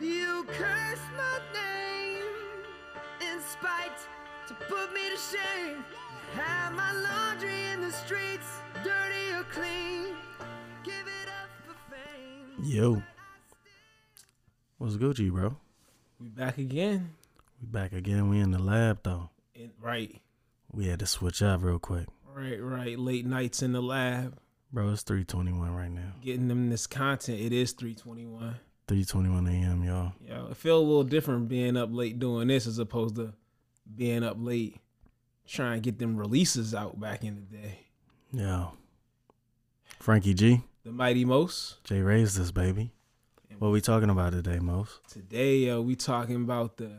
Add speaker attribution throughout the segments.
Speaker 1: will curse my name in spite to put me to shame. Have my laundry in the streets, dirty or clean. Give it up for fame.
Speaker 2: Yo, what's Gucci, bro?
Speaker 3: We back again.
Speaker 2: We back again. We in the lab though.
Speaker 3: And right,
Speaker 2: We had to switch out real quick,
Speaker 3: right, right. Late nights in the lab,
Speaker 2: bro. It's three twenty one right now.
Speaker 3: getting them this content. It is 321.
Speaker 2: Three twenty one a.m. Y'all.
Speaker 3: Yo, it feel a little different being up late doing this as opposed to being up late trying to get them releases out back in the day.
Speaker 2: Yo, Frankie G,
Speaker 3: The Mighty Most.
Speaker 2: Jay raised this baby. What we talking about today, most?
Speaker 3: Today, yo, we talking about the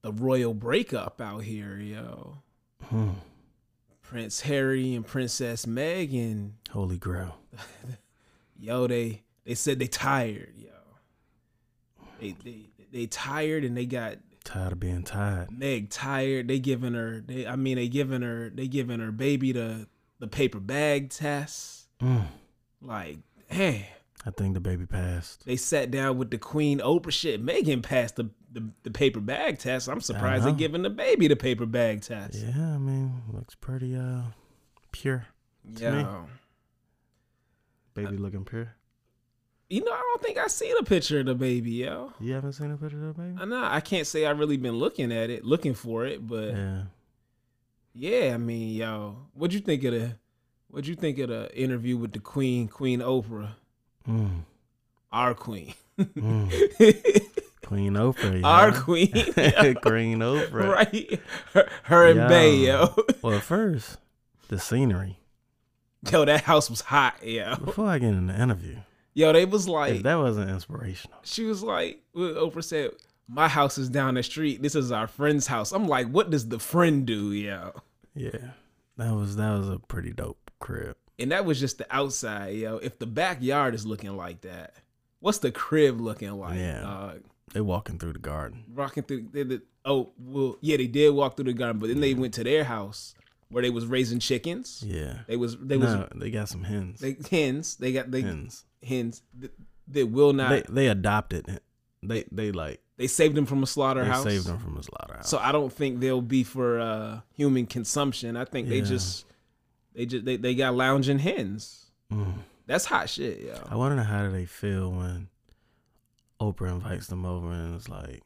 Speaker 3: the royal breakup out here, yo.
Speaker 2: Hmm.
Speaker 3: Prince Harry and Princess Meghan.
Speaker 2: Holy Grail.
Speaker 3: yo, they they said they tired, yo. They they they tired and they got
Speaker 2: Tired of being tired.
Speaker 3: Meg tired. They giving her they I mean they giving her they giving her baby the the paper bag test.
Speaker 2: Mm.
Speaker 3: Like, hey,
Speaker 2: I think the baby passed.
Speaker 3: they sat down with the Queen Oprah shit. Megan passed the the, the paper bag test. I'm surprised they
Speaker 2: know.
Speaker 3: giving the baby the paper bag test.
Speaker 2: Uh-huh. Yeah, I mean, looks pretty uh pure. to me.
Speaker 3: Yo.
Speaker 2: Baby looking pure.
Speaker 3: You know, I don't think I seen a picture of the baby, yo.
Speaker 2: You haven't seen a picture of the baby?
Speaker 3: I know I can't say I really been looking at it, looking for it, but
Speaker 2: Yeah.
Speaker 3: Yeah, I mean, yo, what'd you think of the what'd you think of the interview with the Queen, Queen Oprah,
Speaker 2: Mm.
Speaker 3: our Queen,
Speaker 2: Mm. Queen Oprah.
Speaker 3: our
Speaker 2: y'all.
Speaker 3: Queen,
Speaker 2: Queen Oprah.
Speaker 3: right? Her, her and Bay, yo,
Speaker 2: Well, at first, the scenery.
Speaker 3: yo, that house was hot, yo,
Speaker 2: Before I get in the interview,
Speaker 3: yo, they was
Speaker 2: if
Speaker 3: like,
Speaker 2: that wasn't inspirational.
Speaker 3: she was like, well, Oprah said, my house is down the street, this is our friend's house. I'm like, what does the friend do, yo?
Speaker 2: Yeah, that was that was a pretty dope crib.
Speaker 3: And that was just the outside, yo. If the backyard is looking like that, what's the crib looking like?
Speaker 2: Yeah.
Speaker 3: dog?
Speaker 2: They walking through the garden.
Speaker 3: rocking through they, they, oh well yeah they did walk through the garden but then they went to their house where they was raising chickens
Speaker 2: Yeah,
Speaker 3: they was they was
Speaker 2: no, they got some hens.
Speaker 3: they hens they got they
Speaker 2: hens.
Speaker 3: hens that they will not
Speaker 2: They
Speaker 3: they,
Speaker 2: they adopted it. They they like
Speaker 3: saved them from a
Speaker 2: they
Speaker 3: slaughterhouse
Speaker 2: saved them from a slaughterhouse.
Speaker 3: so i don't think they'll be for uh human consumption i think they
Speaker 2: Yeah.
Speaker 3: just they just they, they got lounging hens
Speaker 2: Mm.
Speaker 3: that's hot shit yo
Speaker 2: I want to know how do they feel when Oprah invites them over and it's like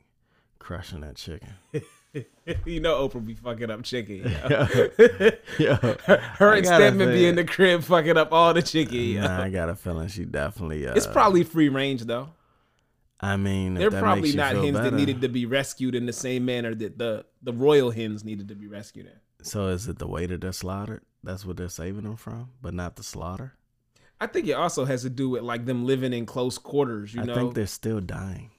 Speaker 2: crushing that chicken.
Speaker 3: you know oprah be fucking up chicken yo.
Speaker 2: Yo, yo,
Speaker 3: her
Speaker 2: I gotta
Speaker 3: and Stedman be
Speaker 2: say-
Speaker 3: in the crib fucking up all the chicken yo.
Speaker 2: Nah, I got a feeling she definitely. Uh,
Speaker 3: it's probably free range though
Speaker 2: I mean, if
Speaker 3: They're
Speaker 2: that
Speaker 3: probably
Speaker 2: makes you
Speaker 3: not
Speaker 2: feel
Speaker 3: hens
Speaker 2: better-
Speaker 3: that needed to be rescued in the same manner that the the royal hens needed to be rescued in.
Speaker 2: So is it the way that they're slaughtered? That's what they're saving them from, but not the slaughter.
Speaker 3: I think it also has to do with like them living in close quarters, you
Speaker 2: I
Speaker 3: know.
Speaker 2: think they're still dying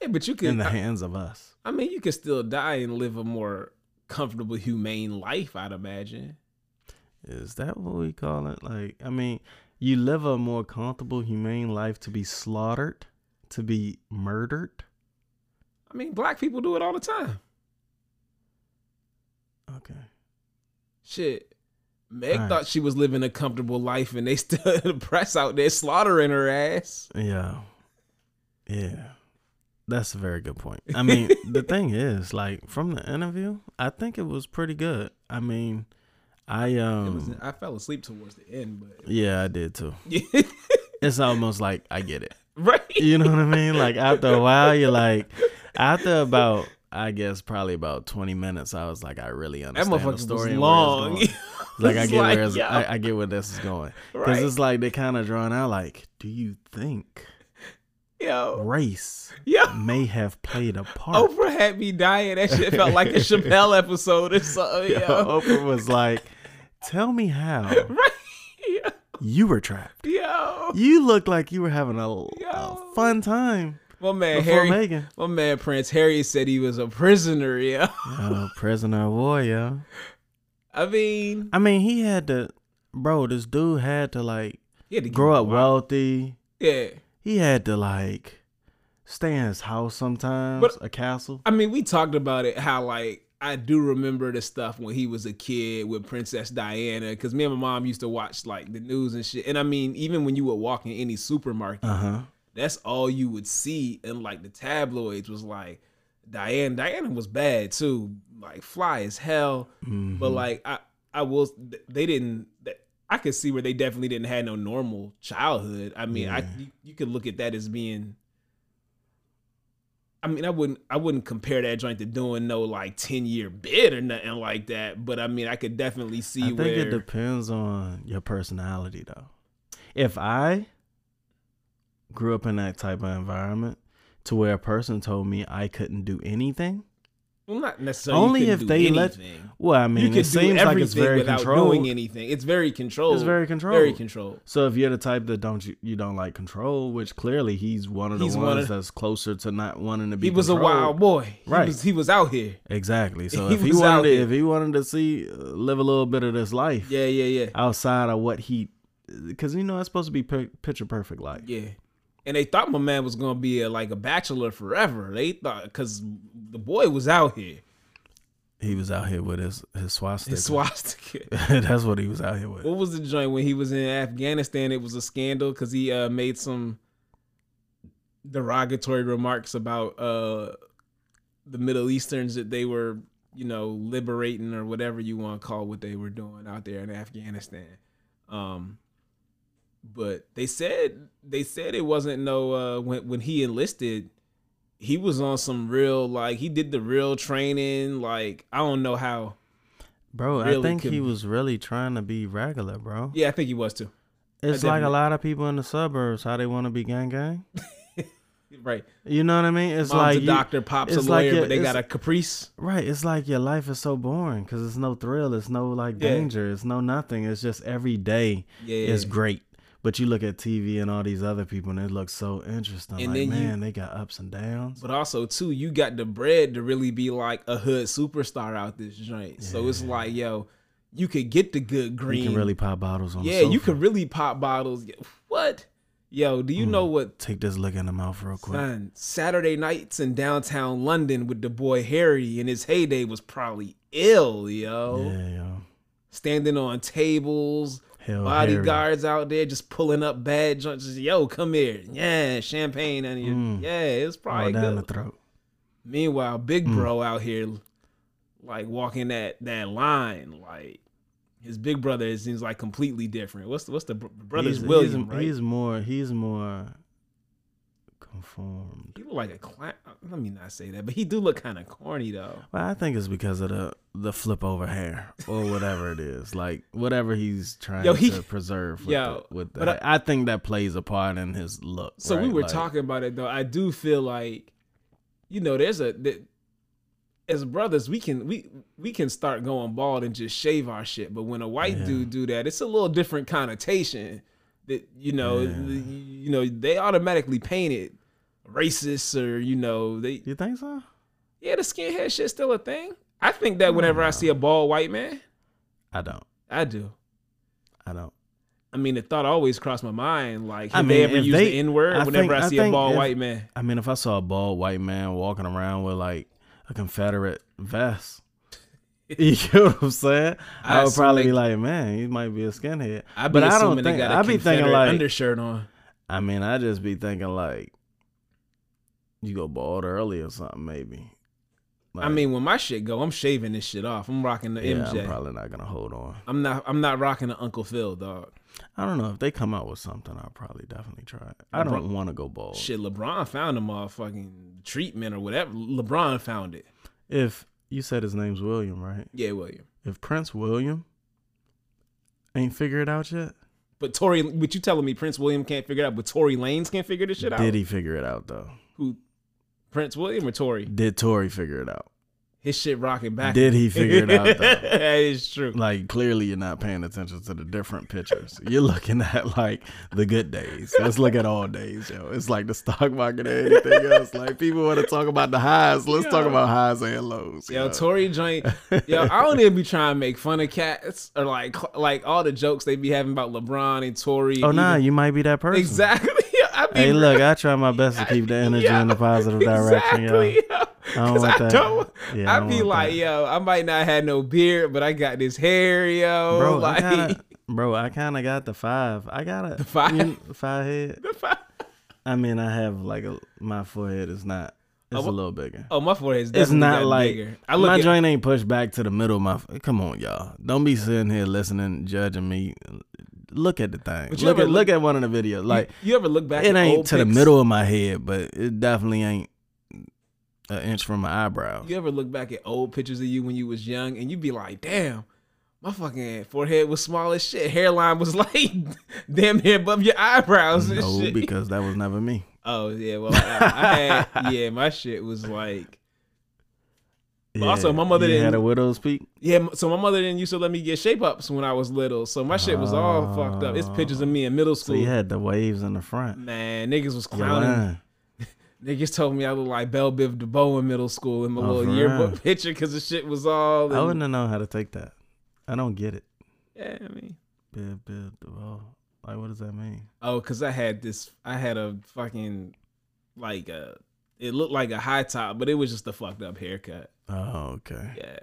Speaker 3: yeah, but you
Speaker 2: in
Speaker 3: can.
Speaker 2: the
Speaker 3: I,
Speaker 2: hands of us.
Speaker 3: I mean, you can still die and live a more comfortable, humane life. I'd imagine.
Speaker 2: Is that what we call it? Like, I mean, you live a more comfortable, humane life to be slaughtered, to be murdered.
Speaker 3: I mean, black people do it all the time.
Speaker 2: Okay.
Speaker 3: Shit, Meg
Speaker 2: Right.
Speaker 3: thought she was living a comfortable life, and they still the press out there slaughtering her ass.
Speaker 2: Yeah. Yeah. That's a very good point. I mean, the thing is, like, from the interview, I think it was pretty good. I mean, I
Speaker 3: It
Speaker 2: um
Speaker 3: was, I fell asleep towards the end, but
Speaker 2: yeah, I did too.
Speaker 3: yeah,
Speaker 2: It's almost like I get it.
Speaker 3: right.
Speaker 2: You know what I mean? Like after a while, you're like, after about, I guess probably about twenty minutes, I was like, I really
Speaker 3: That
Speaker 2: understand
Speaker 3: motherfucker
Speaker 2: the
Speaker 3: was
Speaker 2: story. and where it's
Speaker 3: long.
Speaker 2: going. like I
Speaker 3: It's
Speaker 2: get where it's,
Speaker 3: yo.
Speaker 2: I, I get where this is going because
Speaker 3: Right.
Speaker 2: it's like they kind of drawing out. Like, do you think
Speaker 3: Yo,
Speaker 2: race
Speaker 3: yo,
Speaker 2: may have played a part?
Speaker 3: Oprah had me dying. That shit felt like a Chappelle episode or something. Yo,
Speaker 2: Yo, Oprah was like, tell me how
Speaker 3: right? Yo,
Speaker 2: you were trapped.
Speaker 3: yo.
Speaker 2: You looked like you were having a, a
Speaker 3: Yo.
Speaker 2: fun time
Speaker 3: my man
Speaker 2: before
Speaker 3: Harry,
Speaker 2: Megan.
Speaker 3: my man Prince Harry said he was a prisoner. Yo,
Speaker 2: Uh, prisoner of war, yo.
Speaker 3: I mean,
Speaker 2: I mean, he had to, bro. This dude had to like
Speaker 3: he had to give
Speaker 2: grow
Speaker 3: it a
Speaker 2: up
Speaker 3: while.
Speaker 2: wealthy.
Speaker 3: Yeah,
Speaker 2: He had to like stay in his house sometimes,
Speaker 3: But-
Speaker 2: a castle.
Speaker 3: I mean, we talked about it. How like I do remember the stuff when he was a kid with Princess Diana, because me and my mom used to watch like the news and shit. And I mean, even when you would walk in any supermarket.
Speaker 2: Uh huh.
Speaker 3: that's all you would see in like the tabloids was like Diane. Diana was bad too, like fly as hell. But
Speaker 2: Mm-hmm.
Speaker 3: like I, I will. They didn't. I could see where they definitely didn't have no normal childhood. I mean, I
Speaker 2: Yeah.
Speaker 3: you, you could look at that as being. I mean, I wouldn't. I wouldn't compare that joint to doing no like ten year bid or nothing like that. But I mean, I could definitely see
Speaker 2: I think
Speaker 3: where
Speaker 2: it depends on your personality, though. If I grew up in that type of environment to where a person told me I couldn't do anything,
Speaker 3: well, not necessarily
Speaker 2: only if they let-
Speaker 3: let.
Speaker 2: well, I
Speaker 3: you
Speaker 2: mean,
Speaker 3: can
Speaker 2: it
Speaker 3: do
Speaker 2: seems
Speaker 3: everything
Speaker 2: like it's very
Speaker 3: without
Speaker 2: controlled.
Speaker 3: doing anything. It's very controlled.
Speaker 2: It's very controlled.
Speaker 3: Very controlled.
Speaker 2: So if you're the type that don't you, you don't like control, which clearly he's one of the
Speaker 3: He's one
Speaker 2: ones
Speaker 3: of-
Speaker 2: that's closer to not wanting to be.
Speaker 3: He was a
Speaker 2: controlled.
Speaker 3: wild boy. He
Speaker 2: Right.
Speaker 3: Was, he was out here.
Speaker 2: Exactly. So
Speaker 3: He
Speaker 2: if he
Speaker 3: was out
Speaker 2: wanted, to,
Speaker 3: here.
Speaker 2: if he wanted to see uh, live a little bit of this life
Speaker 3: Yeah, yeah, yeah,
Speaker 2: outside of what he, because you know it's supposed to be pic- picture perfect life.
Speaker 3: yeah. And they thought my man was gonna be a, like a bachelor forever. They thought because the boy was out here.
Speaker 2: He was out here with his his swastika.
Speaker 3: His swastika.
Speaker 2: That's what he was out here with.
Speaker 3: what was the joint when he was in Afghanistan? It was a scandal because he uh, made some derogatory remarks about uh, the Middle Easterns that they were, you know, liberating or whatever you want to call what they were doing out there in Afghanistan. Um, but they said they said it wasn't no uh, when when he enlisted. He was on some real like he did the real training like I don't know how
Speaker 2: Bro,
Speaker 3: Really
Speaker 2: I think he
Speaker 3: could-
Speaker 2: was really trying to be regular, bro.
Speaker 3: yeah I think he was too
Speaker 2: it's like a
Speaker 3: definitely-
Speaker 2: lot of people in the suburbs how they want to be gang gang.
Speaker 3: right
Speaker 2: You know what I mean? It's
Speaker 3: Mom's
Speaker 2: like
Speaker 3: a
Speaker 2: you-
Speaker 3: doctor, pops a
Speaker 2: it's like
Speaker 3: lawyer,
Speaker 2: your-
Speaker 3: but they
Speaker 2: it's-
Speaker 3: got a caprice.
Speaker 2: Right, it's like your life is so boring because it's no thrill, it's no like
Speaker 3: Yeah.
Speaker 2: danger, it's no nothing. It's just every day
Speaker 3: Yeah,
Speaker 2: is great. But you look at TV and all these other people and it looks so interesting.
Speaker 3: And
Speaker 2: like,
Speaker 3: then you-
Speaker 2: man, they got ups and downs.
Speaker 3: but also too, you got the bread to really be like a hood superstar out this joint. So it's like, yo, you could get the good
Speaker 2: You
Speaker 3: green.
Speaker 2: can really pop bottles on the
Speaker 3: yeah, you
Speaker 2: sofa.
Speaker 3: could really pop bottles. What? Yo, do you know what?
Speaker 2: Take this look in the mouth real quick.
Speaker 3: Son, Saturday nights in downtown London with the boy Harry in his heyday was probably ill, yo.
Speaker 2: Yeah, yo.
Speaker 3: Standing on tables,
Speaker 2: Hell, Harry.
Speaker 3: bodyguards out there just pulling up bad joints. Just, Yo, come here. Yeah, champagne on you. Yeah, it's
Speaker 2: Mm. All
Speaker 3: probably
Speaker 2: down
Speaker 3: good.
Speaker 2: the Mm. throat.
Speaker 3: Meanwhile, Big Bro out here, like walking that that line. Like his big brother it seems like completely different. What's the, what's the br- brother's
Speaker 2: he's,
Speaker 3: William?
Speaker 2: he's,
Speaker 3: right?
Speaker 2: he's more he's more conformed.
Speaker 3: he look like a clown. Let me not say that, but he do look kind of corny though.
Speaker 2: Well, I think it's because of the the flip over hair or whatever it is, like whatever he's trying
Speaker 3: Yo, he-
Speaker 2: to preserve. With
Speaker 3: yo,
Speaker 2: the, with
Speaker 3: but
Speaker 2: that, I, think that plays a part in his look.
Speaker 3: So we
Speaker 2: right?
Speaker 3: were
Speaker 2: Like,
Speaker 3: talking about it though. I do feel like, you know, there's a that, as brothers we can we we can start going bald and just shave our shit. But when a white
Speaker 2: Yeah.
Speaker 3: dude do that, it's a little different connotation. That you know,
Speaker 2: Yeah.
Speaker 3: th- you know, they automatically paint it racist or you know they
Speaker 2: You think so?
Speaker 3: yeah the skinhead shit's still a thing. I think that whenever I
Speaker 2: Mm.
Speaker 3: see a bald white man,
Speaker 2: I don't.
Speaker 3: I do.
Speaker 2: I don't.
Speaker 3: I mean, the thought always crossed my mind like, have
Speaker 2: I
Speaker 3: they
Speaker 2: mean,
Speaker 3: ever
Speaker 2: if
Speaker 3: use
Speaker 2: they-
Speaker 3: the N word?
Speaker 2: I
Speaker 3: Whenever
Speaker 2: think-
Speaker 3: I
Speaker 2: I
Speaker 3: see a
Speaker 2: think
Speaker 3: bald
Speaker 2: if-
Speaker 3: white man,
Speaker 2: I mean, if I saw a bald white man walking around with like a Confederate vest. you know what I'm saying? I,
Speaker 3: I
Speaker 2: would probably
Speaker 3: assume
Speaker 2: be like, man, he might be a skinhead.
Speaker 3: I be
Speaker 2: but I don't
Speaker 3: assuming they
Speaker 2: think.
Speaker 3: got a
Speaker 2: I'd be thinking
Speaker 3: Confederate
Speaker 2: like,
Speaker 3: undershirt on.
Speaker 2: I mean, I just be thinking like, you go bald early or something, maybe.
Speaker 3: I mean, when my shit go, I'm shaving this shit off. I'm rocking the
Speaker 2: yeah,
Speaker 3: MJ.
Speaker 2: I'm probably not gonna hold on.
Speaker 3: I'm not. I'm not rocking the Uncle Phil, dog.
Speaker 2: I don't know if they come out with something. I'll probably definitely try it. I
Speaker 3: Bro-
Speaker 2: don't want to go bald.
Speaker 3: Shit, LeBron found the motherfucking treatment or whatever. LeBron found it.
Speaker 2: If you said his name's William, right?
Speaker 3: Yeah, William.
Speaker 2: If Prince William ain't figured it out yet,
Speaker 3: But Tory, what you telling me? Prince William can't figure it out, but Tory Lanez can't figure this shit out.
Speaker 2: did he figure it out though?
Speaker 3: Who? Prince William or Tory?
Speaker 2: Did Tory figure it out?
Speaker 3: His shit rocking back.
Speaker 2: Did he figure it out though?
Speaker 3: that is true.
Speaker 2: Like clearly you're not paying attention to the different pictures. You're looking at like the good days. Let's look at all days, yo. It's like the stock market or anything else. Like people want to talk about the highs. Let's talk
Speaker 3: Yo.
Speaker 2: about highs and lows.
Speaker 3: Yo,
Speaker 2: yo.
Speaker 3: Tory joint. Yo, I don't even be trying to make fun of cats or like like all the jokes they be having about LeBron and Tory.
Speaker 2: Oh
Speaker 3: even-
Speaker 2: nah, you might be that person.
Speaker 3: Exactly. I be
Speaker 2: Hey, look, I try my best to keep the energy
Speaker 3: Yeah,
Speaker 2: in the positive direction,
Speaker 3: exactly,
Speaker 2: yo.
Speaker 3: yo.
Speaker 2: I don't
Speaker 3: 'Cause
Speaker 2: want
Speaker 3: I
Speaker 2: that.
Speaker 3: don't.
Speaker 2: Yeah, I
Speaker 3: I
Speaker 2: don't
Speaker 3: be
Speaker 2: want
Speaker 3: like,
Speaker 2: that.
Speaker 3: yo, I might not have no beard, but I got this hair, yo.
Speaker 2: Bro,
Speaker 3: Oh, like,
Speaker 2: I kinda, bro, I kind of got the five. I got a
Speaker 3: five?
Speaker 2: you- five head. I mean, I have like a my forehead is not. It's
Speaker 3: Oh,
Speaker 2: a
Speaker 3: wh-
Speaker 2: little bigger.
Speaker 3: Oh, my forehead's
Speaker 2: it's
Speaker 3: definitely
Speaker 2: not
Speaker 3: gotten
Speaker 2: like
Speaker 3: bigger. I look
Speaker 2: my
Speaker 3: at,
Speaker 2: joint ain't pushed back to the middle. of My f- come on, y'all, don't be sitting here listening, judging me. Look at the thing.
Speaker 3: But you
Speaker 2: Look
Speaker 3: ever
Speaker 2: at look at one of the videos. Like
Speaker 3: you ever look back.
Speaker 2: it
Speaker 3: at
Speaker 2: ain't
Speaker 3: old
Speaker 2: to the
Speaker 3: pics?
Speaker 2: middle of my head, but it definitely ain't an inch from my eyebrows.
Speaker 3: You ever look back at old pictures of you when you was young and you'd be like, damn, my fucking forehead was small as shit. Hairline was like damn near above your eyebrows and
Speaker 2: no,
Speaker 3: shit.
Speaker 2: because that was never me.
Speaker 3: oh yeah, well I, I had yeah, my shit was like But also, my mother
Speaker 2: you had
Speaker 3: didn't-
Speaker 2: a widow's peak.
Speaker 3: yeah, m- so my mother didn't used to let me get shape ups when I was little, so my shit was all fucked up. It's pictures of me in middle
Speaker 2: So
Speaker 3: school.
Speaker 2: you had the waves in the front.
Speaker 3: Man, niggas was
Speaker 2: You're
Speaker 3: clowning. me.
Speaker 2: lying.
Speaker 3: Niggas told me I looked like Belle Biv DeVoe in middle school in my
Speaker 2: Oh, for real?
Speaker 3: little yearbook picture because the shit was all.
Speaker 2: I
Speaker 3: in-
Speaker 2: wouldn't have known how to take that. I don't get it.
Speaker 3: yeah, I mean,
Speaker 2: Bib, bib, oh, like what does that mean?
Speaker 3: Oh, because I had this. I had a fucking like a. It looked like a high top, but it was just a fucked up haircut.
Speaker 2: Oh, okay.
Speaker 3: Yeah,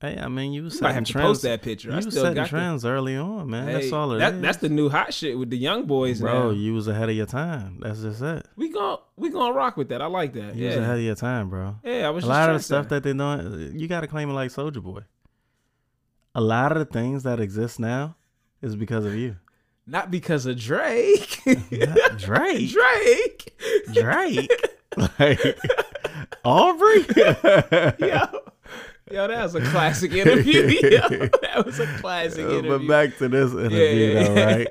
Speaker 2: Hey, I mean, you was
Speaker 3: you might
Speaker 2: setting
Speaker 3: have to
Speaker 2: trends.
Speaker 3: post that picture.
Speaker 2: You
Speaker 3: I
Speaker 2: was
Speaker 3: still
Speaker 2: setting
Speaker 3: got the,
Speaker 2: trends early on, man. that's
Speaker 3: Hey,
Speaker 2: all it is.
Speaker 3: that- That's the new hot shit with the young boys
Speaker 2: bro.
Speaker 3: now.
Speaker 2: You was ahead of your time. That's just it.
Speaker 3: we gon' we gonna rock with that. I like that.
Speaker 2: You
Speaker 3: yeah,
Speaker 2: was ahead of your time, bro.
Speaker 3: yeah. I was
Speaker 2: A
Speaker 3: just
Speaker 2: lot of
Speaker 3: trying
Speaker 2: the
Speaker 3: to
Speaker 2: stuff
Speaker 3: say.
Speaker 2: that they're doing, you got to claim it like Soldier Boy. A lot of the things that exist now is because of you,
Speaker 3: not because of Drake.
Speaker 2: Not Drake.
Speaker 3: Drake.
Speaker 2: Drake. like Aubrey.
Speaker 3: Yo, yo, that was a classic interview. Yo, that was a classic
Speaker 2: Uh,
Speaker 3: interview.
Speaker 2: But back to this interview,
Speaker 3: yeah,
Speaker 2: though,
Speaker 3: yeah.
Speaker 2: right?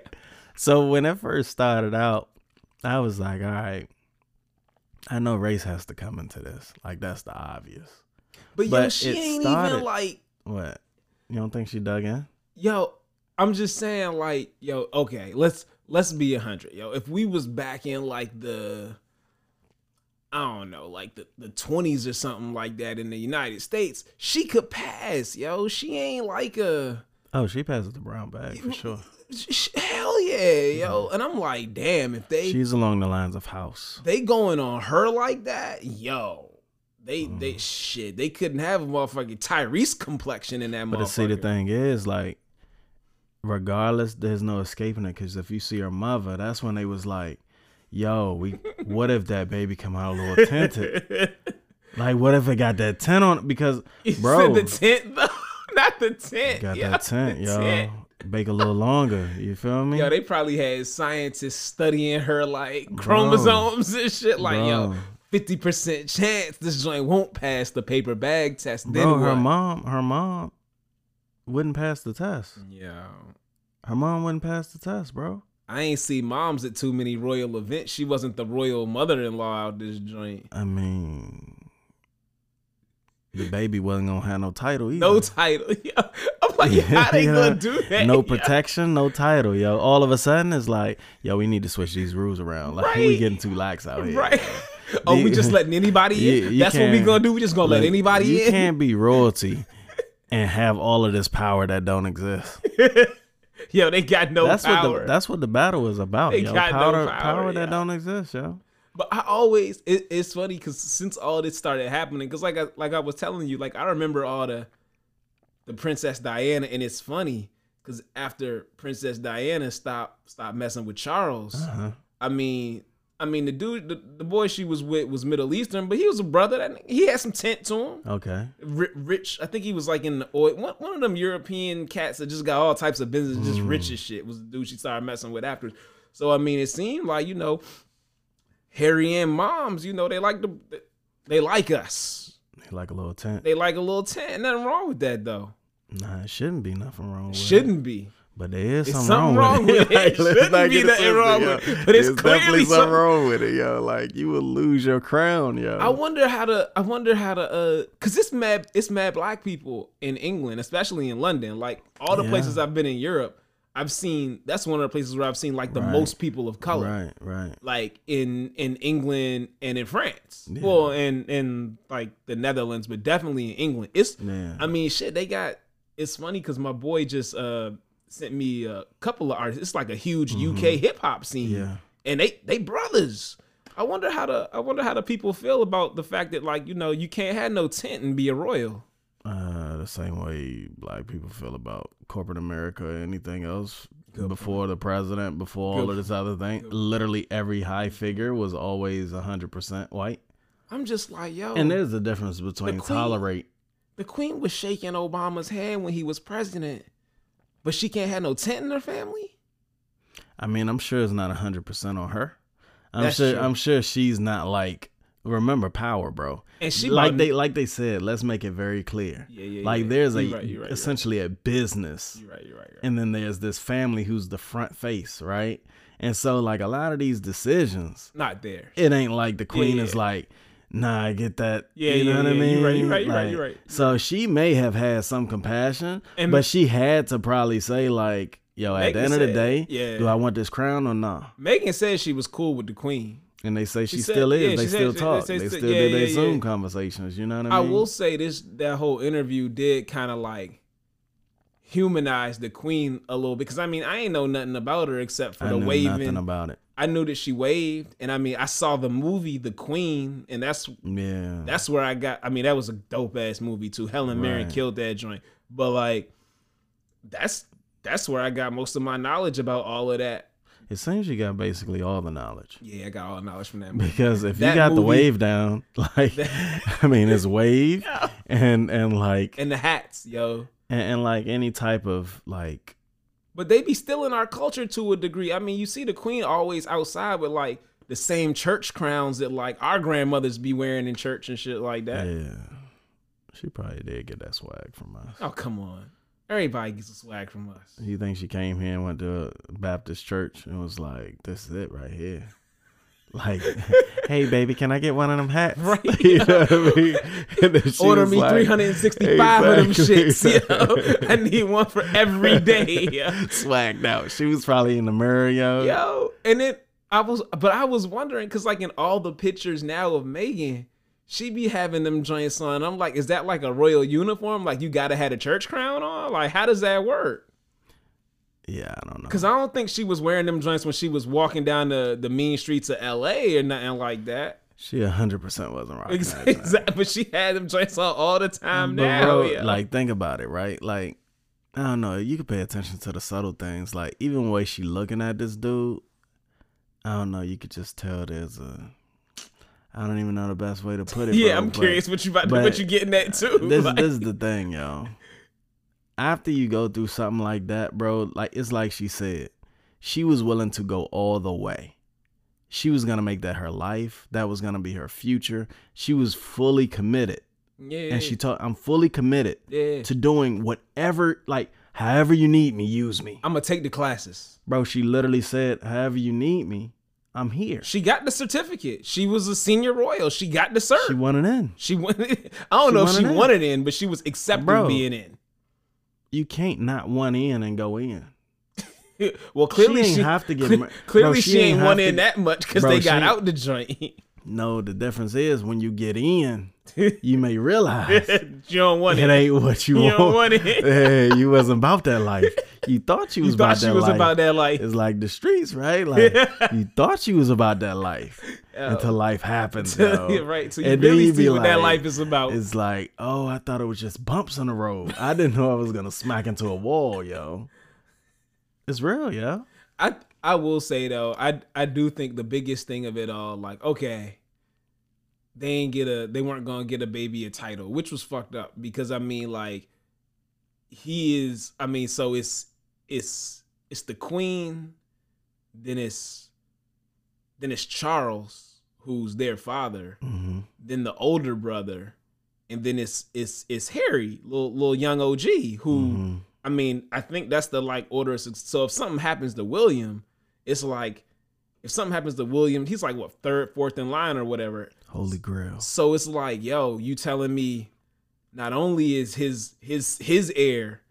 Speaker 2: So when it first started out, I was like, all right, I know race has to come into this. Like that's the obvious.
Speaker 3: but yo,
Speaker 2: but
Speaker 3: she
Speaker 2: it
Speaker 3: ain't
Speaker 2: started-
Speaker 3: even like
Speaker 2: What? You don't think she dug in?
Speaker 3: yo i'm just saying like yo okay let's let's be a 100 yo if we was back in like the i don't know like the, the 20s or something like that in the united states she could pass yo she ain't like a
Speaker 2: Oh, she passes the brown bag for sure.
Speaker 3: sh- sh- hell yeah
Speaker 2: Mm-hmm.
Speaker 3: yo and i'm like damn if they
Speaker 2: She's along the lines of house.
Speaker 3: they going on her like that yo they
Speaker 2: Mm-hmm.
Speaker 3: they shit they couldn't have a motherfucking tyrese complexion in that
Speaker 2: But to see, the thing is, like, regardless, there's no escaping it. Because if you see her mother, that's when they was like, "Yo, we what if that baby come out a little tinted?
Speaker 3: thing
Speaker 2: Like, what if it got that tint on? it? Because
Speaker 3: You said
Speaker 2: bro,
Speaker 3: the tent though, not the tent.
Speaker 2: got
Speaker 3: yo,
Speaker 2: that tint,
Speaker 3: the
Speaker 2: yo.
Speaker 3: tent.
Speaker 2: Bake a little longer. You feel me?
Speaker 3: Yo, they probably had scientists studying her like chromosomes and shit. Like, yo,
Speaker 2: Bro.
Speaker 3: fifty percent chance this joint won't pass the paper bag test. Then
Speaker 2: Bro,
Speaker 3: what?
Speaker 2: her mom, her mom wouldn't pass the test.
Speaker 3: Yo,
Speaker 2: Her mom wouldn't pass the test, bro.
Speaker 3: I ain't see moms at too many royal events. She wasn't the royal mother-in-law out this joint.
Speaker 2: I mean, the baby wasn't gonna have no title either.
Speaker 3: No title. Yo, I'm like, how they
Speaker 2: Yeah.
Speaker 3: gonna do that?
Speaker 2: no
Speaker 3: yo?
Speaker 2: protection, no title, yo. All of a sudden, it's like, yo, we need to switch these rules around. Like we
Speaker 3: Right.
Speaker 2: getting too lax out here.
Speaker 3: Right. Oh, we just letting anybody in.
Speaker 2: Yeah, you
Speaker 3: That's what we
Speaker 2: can't-
Speaker 3: gonna do. We just gonna let
Speaker 2: Like,
Speaker 3: anybody
Speaker 2: You
Speaker 3: in.
Speaker 2: can't be royalty and have all of this power that don't exist.
Speaker 3: Yo, they got no
Speaker 2: that's
Speaker 3: power.
Speaker 2: what the, that's what the battle is about,
Speaker 3: They
Speaker 2: yo.
Speaker 3: got no
Speaker 2: Power,
Speaker 3: power,
Speaker 2: power, that
Speaker 3: yeah.
Speaker 2: don't exist, yo.
Speaker 3: But I always it, it's funny because since all this started happening, because like I like I was telling you, like I remember all the the Princess Diana, and it's funny because after Princess Diana stopped stopped messing with Charles,
Speaker 2: Uh-huh.
Speaker 3: I mean, I mean the dude, the, the boy she was with was Middle Eastern, but he was a brother that he had some tint to him.
Speaker 2: Okay.
Speaker 3: Ri- Rich, I think he was like in the oil. One, one of them European cats that just got all types of business, just rich as shit, was the dude she started messing with afterwards. So I mean, it seemed like you know, Harry and moms, you know, they like the, they like us.
Speaker 2: Like a little tent.
Speaker 3: They like a little tent. Nothing wrong with that though.
Speaker 2: Nah, it shouldn't be nothing wrong with it.
Speaker 3: Shouldn't be.
Speaker 2: But there is
Speaker 3: It's
Speaker 2: something,
Speaker 3: something wrong with it. It
Speaker 2: let's
Speaker 3: shouldn't
Speaker 2: not
Speaker 3: be
Speaker 2: get it
Speaker 3: nothing
Speaker 2: twisted,
Speaker 3: wrong
Speaker 2: yo.
Speaker 3: with it, but it's
Speaker 2: There's definitely
Speaker 3: clearly
Speaker 2: something
Speaker 3: something-
Speaker 2: wrong with it, yo. Like you will lose your crown, yo.
Speaker 3: I wonder how to. I wonder how to. Uh, cause it's mad. It's mad black people in England, especially in London. Like all the
Speaker 2: Yeah.
Speaker 3: places I've been in Europe, I've seen. That's one of the places where I've seen like the
Speaker 2: Right.
Speaker 3: most people of color.
Speaker 2: Right, right.
Speaker 3: like in in England and in France.
Speaker 2: Yeah.
Speaker 3: Well, in in like the Netherlands, but definitely in England. It's
Speaker 2: Yeah.
Speaker 3: I mean, shit, they got it's funny cuz my boy just uh sent me a couple of artists. It's like a huge UK hip hop scene.
Speaker 2: Mm-hmm. Yeah.
Speaker 3: And they they brothers. I wonder how the I wonder how the people feel about the fact that like, you know, you can't have no tent and be a royal.
Speaker 2: Uh, the same way black people feel about corporate America or anything else.
Speaker 3: Good
Speaker 2: before the president, before all
Speaker 3: Good
Speaker 2: of this other thing.
Speaker 3: Good
Speaker 2: Literally every high figure was always 100% white.
Speaker 3: I'm just like, yo.
Speaker 2: And there's a difference between
Speaker 3: queen-
Speaker 2: tolerate.
Speaker 3: The queen was shaking Obama's hand when he was president, but she can't have no tent in her family.
Speaker 2: I mean, I'm sure it's not 100% on her. I'm
Speaker 3: That's
Speaker 2: sure
Speaker 3: true.
Speaker 2: I'm sure she's not like remember power, bro.
Speaker 3: And she
Speaker 2: like
Speaker 3: about-
Speaker 2: they like they said, let's make it very clear.
Speaker 3: Yeah, yeah,
Speaker 2: like
Speaker 3: yeah.
Speaker 2: there's a
Speaker 3: You're right, you're right, you're
Speaker 2: essentially a business
Speaker 3: You're right. You're right. You're right.
Speaker 2: and then there's this family who's the front face, right? And so like a lot of these decisions,
Speaker 3: Not there.
Speaker 2: it ain't like the queen is
Speaker 3: yeah.
Speaker 2: like, nah, I get that.
Speaker 3: Yeah,
Speaker 2: you know
Speaker 3: yeah,
Speaker 2: what I
Speaker 3: yeah.
Speaker 2: mean?
Speaker 3: You're right, you're right, you're right,
Speaker 2: Like,
Speaker 3: you're right.
Speaker 2: So she may have had some compassion,
Speaker 3: And-
Speaker 2: but she had to probably say like, yo, at
Speaker 3: Megan
Speaker 2: the end of the
Speaker 3: said,
Speaker 2: day,
Speaker 3: yeah.
Speaker 2: do I want this crown or not? Nah?
Speaker 3: Megan said she was cool with the queen.
Speaker 2: And they say she,
Speaker 3: said-
Speaker 2: still is.
Speaker 3: yeah,
Speaker 2: they
Speaker 3: she said-
Speaker 2: still
Speaker 3: she-
Speaker 2: talk.
Speaker 3: they
Speaker 2: They,
Speaker 3: said-
Speaker 2: still
Speaker 3: yeah,
Speaker 2: do their
Speaker 3: yeah,
Speaker 2: Zoom
Speaker 3: yeah.
Speaker 2: conversations. You know what I
Speaker 3: I
Speaker 2: mean?
Speaker 3: will say this: that whole interview did kind of like humanize the queen a little because I mean I ain't know nothing about her except for
Speaker 2: I
Speaker 3: the
Speaker 2: knew
Speaker 3: waving.
Speaker 2: nothing about it.
Speaker 3: I knew that she waved, and I mean I saw the movie The Queen, and that's
Speaker 2: Yeah.
Speaker 3: that's where I got. I mean, that was a dope ass movie too. Helen Mirren
Speaker 2: Right.
Speaker 3: killed that joint, but like, that's that's where I got most of my knowledge about all of that.
Speaker 2: it seems you got basically all the knowledge.
Speaker 3: Yeah, I got all the knowledge from that movie.
Speaker 2: Because if
Speaker 3: That
Speaker 2: you got the
Speaker 3: movie-
Speaker 2: wave down, like I mean it's wave and and like
Speaker 3: and the hats, yo.
Speaker 2: and, and like any type of like
Speaker 3: But they be still in our culture to a degree. I mean, you see the queen always outside with like the same church crowns that like our grandmothers be wearing in church and shit like that.
Speaker 2: yeah she probably did get that swag from us
Speaker 3: Oh come on, everybody gets a swag from us.
Speaker 2: you think she came here and went to a baptist church and was like this is it right here like hey baby can i get one of them hats
Speaker 3: Right.
Speaker 2: you know what I mean? And then she
Speaker 3: Order
Speaker 2: was
Speaker 3: me
Speaker 2: like,
Speaker 3: 365 of them
Speaker 2: exactly.
Speaker 3: shits, yo. I need one for every day. yo.
Speaker 2: swagged out she was probably in the mirror yo
Speaker 3: yo and then i was but i was wondering because like in all the pictures now of megan she be having them joints on i'm like is that like a royal uniform like you gotta have a church crown on like how does that work
Speaker 2: yeah i don't know
Speaker 3: because i don't think she was wearing them joints when she was walking down the, the mean streets of la or nothing like that
Speaker 2: she 100% wasn't rocking that
Speaker 3: exactly
Speaker 2: joint.
Speaker 3: but she had them joints on all the time
Speaker 2: But
Speaker 3: now
Speaker 2: bro,
Speaker 3: yeah.
Speaker 2: like think about it, right? Like I don't know, you could pay attention to the subtle things. Like even the way she looking at this dude, I don't know, you could just tell there's a I don't even know the best way to put it.
Speaker 3: yeah
Speaker 2: bro,
Speaker 3: i'm
Speaker 2: but
Speaker 3: curious what you about
Speaker 2: but-
Speaker 3: what you getting at too
Speaker 2: This
Speaker 3: Like,
Speaker 2: this is the thing, yo. After you go through something like that, bro, like it's like she said, she was willing to go all the way. She was gonna make that her life. That was gonna be her future. She was fully committed,
Speaker 3: yeah
Speaker 2: and she told, "I'm fully committed."
Speaker 3: yeah
Speaker 2: to doing whatever, like, however you need me, use me.
Speaker 3: i'm gonna take the classes
Speaker 2: Bro, she literally said, however you need me, I'm here.
Speaker 3: She got the certificate. She was a senior royal. She got the cert.
Speaker 2: She
Speaker 3: She,
Speaker 2: wanted in.
Speaker 3: went. I
Speaker 2: She
Speaker 3: don't know if
Speaker 2: wanted
Speaker 3: she
Speaker 2: in.
Speaker 3: wanted in, but she was accepting
Speaker 2: Bro.
Speaker 3: being in.
Speaker 2: You can't not one in and go in.
Speaker 3: well, clearly
Speaker 2: ain't
Speaker 3: she
Speaker 2: have to get
Speaker 3: cle-
Speaker 2: mar-
Speaker 3: Clearly,
Speaker 2: Bro,
Speaker 3: she,
Speaker 2: she ain't
Speaker 3: ain't
Speaker 2: have
Speaker 3: one
Speaker 2: to-
Speaker 3: in that much because
Speaker 2: Bro,
Speaker 3: they
Speaker 2: she
Speaker 3: got
Speaker 2: ain't-
Speaker 3: out the joint.
Speaker 2: No, the difference is when you get in, you may realize it
Speaker 3: you don't want it.
Speaker 2: ain't what you,
Speaker 3: You
Speaker 2: want.
Speaker 3: don't want it.
Speaker 2: Hey, you wasn't about that life. You thought you was
Speaker 3: You
Speaker 2: about
Speaker 3: thought
Speaker 2: that
Speaker 3: she was
Speaker 2: life.
Speaker 3: about that life.
Speaker 2: It's like the streets, right? Like you thought you was about that life until life happens.
Speaker 3: Till-
Speaker 2: yo.
Speaker 3: right, till you really
Speaker 2: you
Speaker 3: see what that life is about.
Speaker 2: It's like, oh, I thought it was just bumps on the road. I didn't know I was gonna smack into a wall, yo. It's real, yo.
Speaker 3: I I will say though, I I do think the biggest thing of it all, like, okay, they ain't get a they weren't gonna get a baby a title, which was fucked up because I mean like he is I mean, so it's it's it's the queen, then it's then it's Charles, who's their father,
Speaker 2: hmm
Speaker 3: then the older brother, and then it's it's it's Harry, little little young OG, who
Speaker 2: Mhm.
Speaker 3: I mean, I think that's the like order of success. So if something happens to William, it's like if something happens to William, he's like what third, fourth in line or whatever.
Speaker 2: Holy Grail.
Speaker 3: So it's like, yo, you telling me not only is his his his heir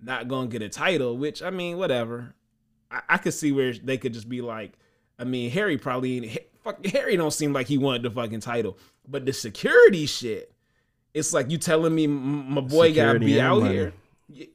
Speaker 3: not gonna get a title, which I mean, whatever. I, I could see where they could just be like, I mean, Harry probably ain't- Ha- fuck Harry don't seem like he wanted the fucking title, but the security shit, it's like you telling me m- my boy
Speaker 2: Security
Speaker 3: gotta be
Speaker 2: and
Speaker 3: out
Speaker 2: money.
Speaker 3: here. Y-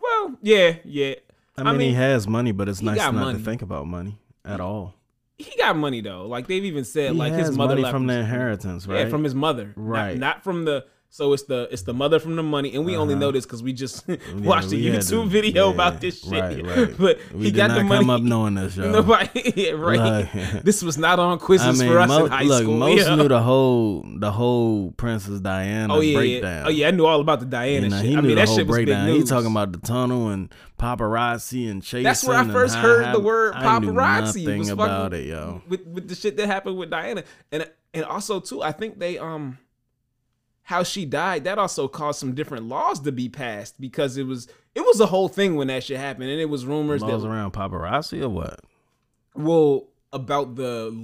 Speaker 3: Well, yeah, yeah.
Speaker 2: I mean, he has money, but it's
Speaker 3: he
Speaker 2: nice
Speaker 3: got
Speaker 2: not
Speaker 3: money.
Speaker 2: to think about money at all.
Speaker 3: he got money though. Like they've even said,
Speaker 2: He
Speaker 3: like
Speaker 2: has
Speaker 3: his mother
Speaker 2: money
Speaker 3: left
Speaker 2: from
Speaker 3: him
Speaker 2: the
Speaker 3: some-
Speaker 2: inheritance, right?
Speaker 3: Yeah, from his mother. Not-
Speaker 2: Right.
Speaker 3: Not, from the So it's the it's the mother from the money, and we only
Speaker 2: Uh-huh.
Speaker 3: know this because we just watched
Speaker 2: we
Speaker 3: a
Speaker 2: had
Speaker 3: YouTube
Speaker 2: to-
Speaker 3: video
Speaker 2: yeah,
Speaker 3: about this shit.
Speaker 2: right, right.
Speaker 3: But
Speaker 2: We
Speaker 3: he
Speaker 2: did
Speaker 3: got
Speaker 2: not
Speaker 3: the money.
Speaker 2: come up knowing this, yo.
Speaker 3: Nobody, yeah, right?
Speaker 2: Look.
Speaker 3: This was not on quizzes
Speaker 2: I mean,
Speaker 3: for us
Speaker 2: mo-
Speaker 3: in high
Speaker 2: look,
Speaker 3: school.
Speaker 2: most
Speaker 3: yeah.
Speaker 2: knew the whole the whole Princess Diana
Speaker 3: oh yeah,
Speaker 2: breakdown.
Speaker 3: yeah, oh yeah, I knew all about the
Speaker 2: You
Speaker 3: Diana
Speaker 2: know,
Speaker 3: shit.
Speaker 2: he
Speaker 3: I
Speaker 2: knew
Speaker 3: mean,
Speaker 2: the
Speaker 3: that
Speaker 2: whole
Speaker 3: shit was
Speaker 2: breakdown.
Speaker 3: big
Speaker 2: He
Speaker 3: news.
Speaker 2: talking about the tunnel and paparazzi and chasing.
Speaker 3: That's where I
Speaker 2: and
Speaker 3: first
Speaker 2: how-
Speaker 3: heard
Speaker 2: how-
Speaker 3: the word
Speaker 2: I knew
Speaker 3: paparazzi. Was
Speaker 2: Nothing
Speaker 3: fucking
Speaker 2: about it, yo.
Speaker 3: With with the shit that happened with Diana, and and also too, I think they um, how she died that also caused some different laws to be passed because it was it was a whole thing when that shit happened, and it was rumors
Speaker 2: Laws
Speaker 3: that
Speaker 2: around paparazzi or what?
Speaker 3: well about the,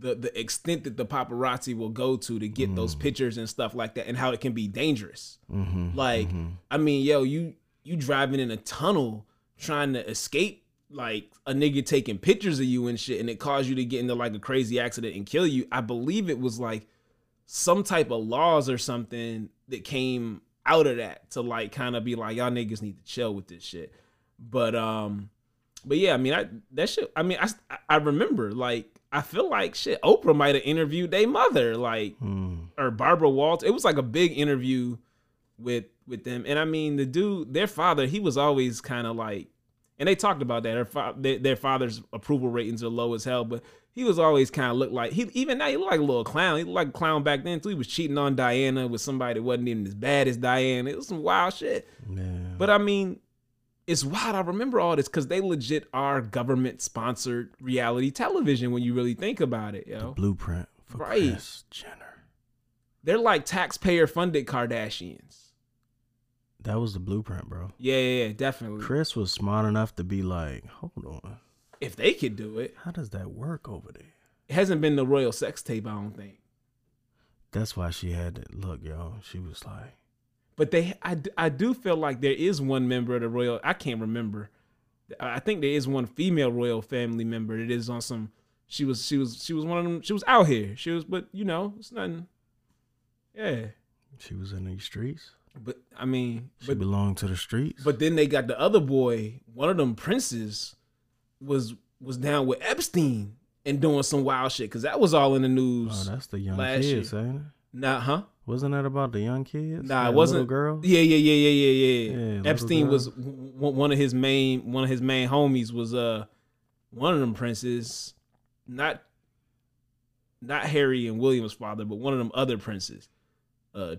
Speaker 3: the the extent that the paparazzi will go to to get those pictures and stuff like that, and how it can be dangerous.
Speaker 2: Mm-hmm.
Speaker 3: Like, I mean, yo, you you driving in a tunnel trying to escape like a nigga taking pictures of you and shit, and it caused you to get into like a crazy accident and kill you. I believe it was like some type of laws or something that came out of that to like kind of be like y'all niggas need to chill with this shit. But um, but yeah, I mean, I that shit. I mean, I I remember like I feel like shit. Oprah might have interviewed their mother like
Speaker 2: mm-hmm.
Speaker 3: or Barbara Walters. It was like a big interview with with them, and I mean the dude, their father, he was always kind of like, and they talked about that. Their, fa- their their father's approval ratings are low as hell, but he was always kind of looked like he even now he looked like a little clown. He looked like a clown back then too. He was cheating on Diana with somebody that wasn't even as bad as Diana. It was some wild shit.
Speaker 2: Yeah.
Speaker 3: But uh, I mean, it's wild. I remember all this because they legit are government sponsored reality television when you really think about it, yo.
Speaker 2: Blueprint for
Speaker 3: Right.
Speaker 2: Kris Jenner.
Speaker 3: They're like taxpayer funded Kardashians.
Speaker 2: That was the blueprint, bro.
Speaker 3: Yeah, yeah, yeah, definitely.
Speaker 2: Chris was smart enough to be like, hold on,
Speaker 3: If they could do it,
Speaker 2: how does that work over there?
Speaker 3: it hasn't been the royal sex tape, I don't think.
Speaker 2: That's why she had to look, yo. She was like,
Speaker 3: But they, I, d- I do feel like there is one member of the royal. I can't remember. I I think there is one female royal family member that is on some. She was, she was, she was one of them. She was out here. She was, but you know, it's nothing. Yeah,
Speaker 2: she was in these streets.
Speaker 3: but I mean,
Speaker 2: She
Speaker 3: but
Speaker 2: belonged to the streets.
Speaker 3: But then they got the other boy, one of them princes, was was down with Epstein and doing some wild shit because that was all in the
Speaker 2: oh,
Speaker 3: news.
Speaker 2: that's the young
Speaker 3: last
Speaker 2: kids,
Speaker 3: year.
Speaker 2: ain't it?
Speaker 3: nah, huh?
Speaker 2: Wasn't that about the young kids?
Speaker 3: Nah,
Speaker 2: That
Speaker 3: it wasn't.
Speaker 2: Little girl.
Speaker 3: Yeah, yeah, yeah, yeah, yeah,
Speaker 2: Yeah,
Speaker 3: yeah.
Speaker 2: little
Speaker 3: Epstein
Speaker 2: girl.
Speaker 3: was w- w- one of his main one of his main homies was uh one of them princes, not not Harry and William's father, but one of them other princes. Uh,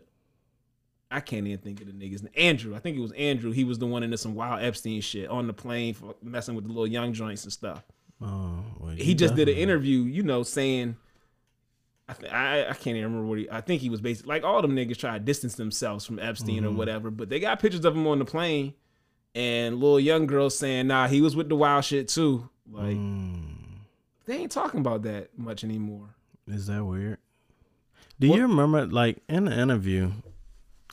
Speaker 3: I can't even think of the niggas. Andrew, I think it was Andrew. He was the one into some wild Epstein shit on the plane, for messing with the little young joints and stuff
Speaker 2: Oh, well,
Speaker 3: he
Speaker 2: you
Speaker 3: just did an
Speaker 2: definitely-
Speaker 3: interview, you know, saying, I, th- I I can't even remember what he. I think he was basically like all them niggas try to distance themselves from Epstein
Speaker 2: Mm-hmm.
Speaker 3: or whatever, but they got pictures of him on the plane, and little young girl saying, nah, he was with the wild shit too. Like
Speaker 2: Mm,
Speaker 3: they ain't talking about that much anymore.
Speaker 2: is that weird? Do
Speaker 3: What-
Speaker 2: you remember, like in the interview?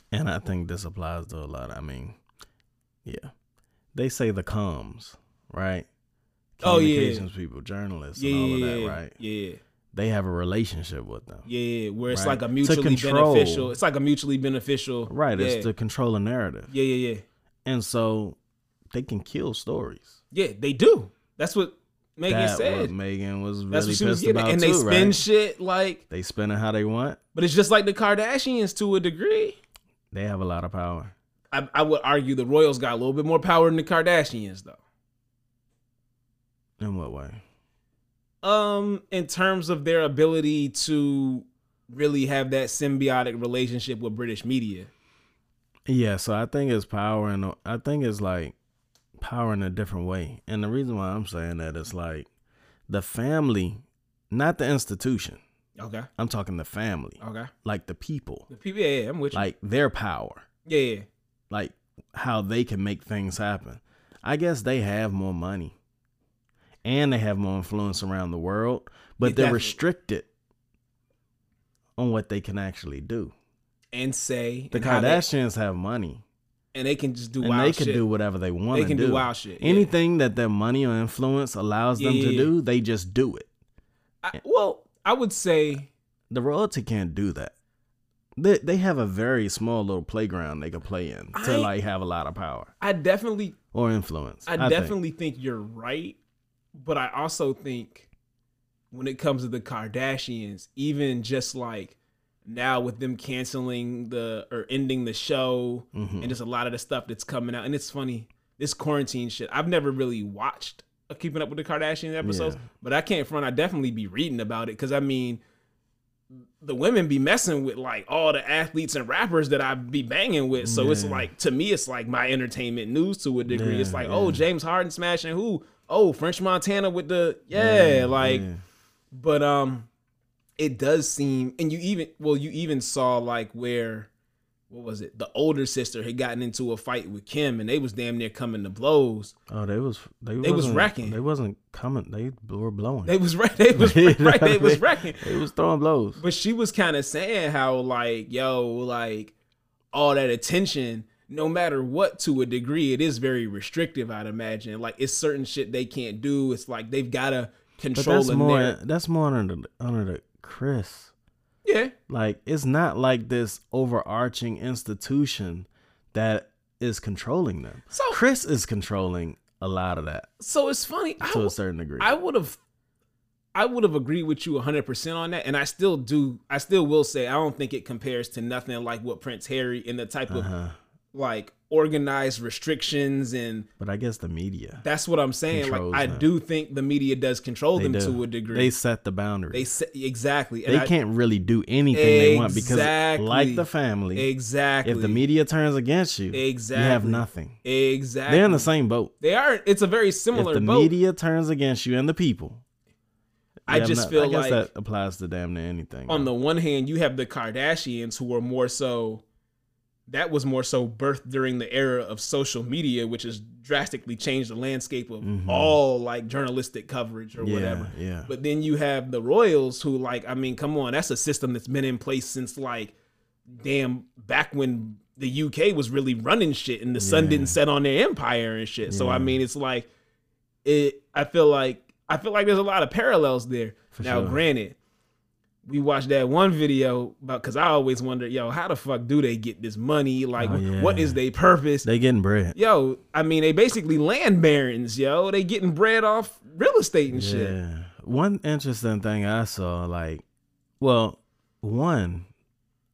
Speaker 2: And I think this applies to a lot. I mean, yeah, they say the comms, right?
Speaker 3: Oh, yeah.
Speaker 2: Communications people, journalists,
Speaker 3: Yeah,
Speaker 2: and all of
Speaker 3: yeah,
Speaker 2: that, right?
Speaker 3: yeah,
Speaker 2: They have a relationship with them,
Speaker 3: yeah. Where it's
Speaker 2: Right.
Speaker 3: like a
Speaker 2: To
Speaker 3: mutually
Speaker 2: control.
Speaker 3: beneficial. It's like a mutually beneficial.
Speaker 2: right?
Speaker 3: Yeah.
Speaker 2: It's to control a narrative,
Speaker 3: yeah, yeah, yeah,
Speaker 2: and so they can kill stories.
Speaker 3: yeah. They do. That's what Megan
Speaker 2: that what
Speaker 3: said.
Speaker 2: Megan was really
Speaker 3: That's what she was
Speaker 2: pissed
Speaker 3: getting,
Speaker 2: about
Speaker 3: and
Speaker 2: too,
Speaker 3: they spin
Speaker 2: right?
Speaker 3: shit like.
Speaker 2: they spend it how they want.
Speaker 3: But it's just like the Kardashians to a degree.
Speaker 2: They have a lot of power.
Speaker 3: I, I would argue the Royals got a little bit more power than the Kardashians, though.
Speaker 2: In what way?
Speaker 3: Um, in terms of their ability to really have that symbiotic relationship with British media.
Speaker 2: Yeah, so I think it's power, and I think it's like power in a different way. And the reason why I'm saying that is like the family, not the institution.
Speaker 3: Okay.
Speaker 2: I'm talking the family,
Speaker 3: Okay.
Speaker 2: like the people,
Speaker 3: The people, yeah, yeah, I'm with you.
Speaker 2: like their power,
Speaker 3: yeah, yeah.
Speaker 2: like how they can make things happen. I guess they have more money, and they have more influence around the world, but
Speaker 3: Yeah,
Speaker 2: they're
Speaker 3: definitely.
Speaker 2: restricted on what they can actually do.
Speaker 3: And say
Speaker 2: The
Speaker 3: and how they-
Speaker 2: Kardashians have money.
Speaker 3: and they can just do
Speaker 2: and
Speaker 3: wild
Speaker 2: they
Speaker 3: shit.
Speaker 2: can do whatever they want.
Speaker 3: can
Speaker 2: do.
Speaker 3: do wild shit, yeah.
Speaker 2: Anything that their money or influence allows them
Speaker 3: Yeah,
Speaker 2: to
Speaker 3: yeah,
Speaker 2: do, they just do it.
Speaker 3: I, well, I would say
Speaker 2: The royalty can't do that. They they have a very small little playground they can play in
Speaker 3: I-
Speaker 2: to like have a lot of power
Speaker 3: I definitely
Speaker 2: or influence.
Speaker 3: I,
Speaker 2: think.
Speaker 3: definitely think. you're right, but I also think when it comes to the Kardashians, even just like now with them canceling the or ending the show
Speaker 2: Mm-hmm.
Speaker 3: and just a lot of the stuff that's coming out and it's funny this quarantine shit i've never really watched a keeping up with the kardashian episodes
Speaker 2: Yeah.
Speaker 3: but i can't front i definitely be reading about it because i mean the women be messing with like all the athletes and rappers that I be banging with. So it's
Speaker 2: Yeah.
Speaker 3: like to me, it's like my entertainment news to a degree.
Speaker 2: Yeah,
Speaker 3: it's like, oh,
Speaker 2: yeah.
Speaker 3: James Harden smashing who? Oh, French Montana with the yeah, like.
Speaker 2: yeah.
Speaker 3: But um, it does seem, and you even well, you even saw like where, what was it? The older sister had gotten into a fight with Kim, and they was damn near coming to blows.
Speaker 2: Oh, they was they,
Speaker 3: They was
Speaker 2: wasn't-
Speaker 3: wrecking.
Speaker 2: They wasn't coming. They were blowing.
Speaker 3: They was right. They was
Speaker 2: You know
Speaker 3: right.
Speaker 2: what I
Speaker 3: They was
Speaker 2: mean?
Speaker 3: wrecking.
Speaker 2: They was throwing blows.
Speaker 3: But she was kind of saying how like, yo, like all that attention, no matter what to a degree, it is very restrictive, I'd imagine. Like it's certain shit they can't do. It's like they've gotta
Speaker 2: But
Speaker 3: control
Speaker 2: that's
Speaker 3: them
Speaker 2: more.
Speaker 3: there.
Speaker 2: That's more under the, under the Chris.
Speaker 3: Yeah.
Speaker 2: Like it's not like this overarching institution that is controlling them.
Speaker 3: So
Speaker 2: Chris is controlling a lot of that
Speaker 3: so it's funny. I,
Speaker 2: to
Speaker 3: w-
Speaker 2: a certain degree.
Speaker 3: I would have I would have agreed with you 100% on that and I still do I still will say I don't think it compares to nothing like what Prince Harry and the type of
Speaker 2: uh-huh.
Speaker 3: like organized restrictions and
Speaker 2: But I guess the media.
Speaker 3: That's what I'm saying. Like
Speaker 2: Controls
Speaker 3: I
Speaker 2: them.
Speaker 3: do think the media does control them
Speaker 2: do.
Speaker 3: to a degree.
Speaker 2: They
Speaker 3: They
Speaker 2: set the boundaries.
Speaker 3: they
Speaker 2: They,
Speaker 3: say, exactly. And I-
Speaker 2: can't really do anything they want because,
Speaker 3: Exactly.
Speaker 2: like the family,
Speaker 3: exactly.
Speaker 2: if the media turns against you, you have
Speaker 3: Exactly.
Speaker 2: nothing.
Speaker 3: exactly
Speaker 2: They're in the same boat.
Speaker 3: They are. It's a very similar
Speaker 2: If the
Speaker 3: boat.
Speaker 2: media turns against you and the people,
Speaker 3: I
Speaker 2: yeah, I'm
Speaker 3: just
Speaker 2: not-
Speaker 3: feel
Speaker 2: I guess
Speaker 3: like
Speaker 2: that applies to damn near anything.
Speaker 3: on the one hand you have the Kardashians who are more so. That was more so birthed during the era of social media, which has drastically changed the landscape of
Speaker 2: Mhm.
Speaker 3: all like journalistic coverage or
Speaker 2: yeah,
Speaker 3: whatever.
Speaker 2: Yeah,
Speaker 3: But then you have the Royals who like, I mean, come on, that's a system that's been in place since like damn back when the UK was really running shit and the sun
Speaker 2: Yeah.
Speaker 3: didn't set on their empire and shit. So I
Speaker 2: Yeah.
Speaker 3: mean it's like it I feel like I feel like there's a lot of parallels there.
Speaker 2: For
Speaker 3: now
Speaker 2: sure.
Speaker 3: granted, we watched that one video about because I always wonder, yo, how the fuck do they get this money? Like
Speaker 2: Oh, yeah.
Speaker 3: what is their purpose?
Speaker 2: they getting bread.
Speaker 3: yo, I mean they basically land barons, yo. They getting bread off real estate and shit.
Speaker 2: Yeah. One interesting thing I saw, like, well, one,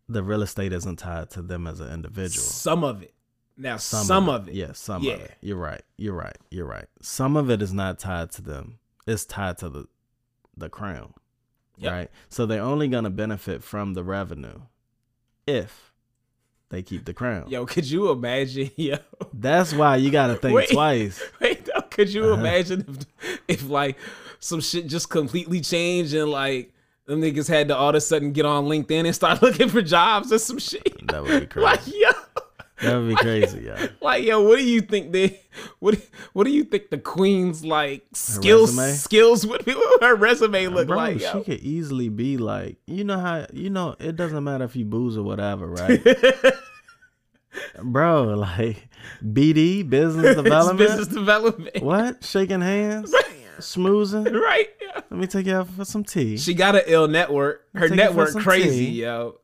Speaker 2: the real estate isn't tied to them as an individual.
Speaker 3: Some of it. Now some, of it.
Speaker 2: Yeah, some
Speaker 3: Yeah.
Speaker 2: of it. You're right. You're right. You're right. Some of it is not tied to them. It's tied to the the crown.
Speaker 3: Yep.
Speaker 2: Right? So they're only gonna benefit from the revenue if they keep the crown.
Speaker 3: Yo, could you imagine? Yo,
Speaker 2: That's why you gotta think
Speaker 3: Wait.
Speaker 2: twice.
Speaker 3: wait, though, could you
Speaker 2: Uh-huh.
Speaker 3: imagine if, if like some shit just completely changed and like them niggas had to all of a sudden get on LinkedIn and start looking for jobs or some shit?
Speaker 2: That would be crazy.
Speaker 3: Like yo,
Speaker 2: That would be crazy, yeah.
Speaker 3: like yo, what do you think they? What What do you think the queen's like skills
Speaker 2: resume?
Speaker 3: skills would be? What would her resume look
Speaker 2: Bro,
Speaker 3: like?
Speaker 2: she
Speaker 3: Yo?
Speaker 2: could easily be like, you know how you know it doesn't matter if you booze or whatever, right? Bro, like BD, business
Speaker 3: It's
Speaker 2: development.
Speaker 3: business development,
Speaker 2: What? Shaking hands, schmoozing.
Speaker 3: right? Yeah.
Speaker 2: Let me take you out for some tea.
Speaker 3: She got an ill network. Her
Speaker 2: Take it for
Speaker 3: network
Speaker 2: some
Speaker 3: crazy,
Speaker 2: tea.
Speaker 3: yo.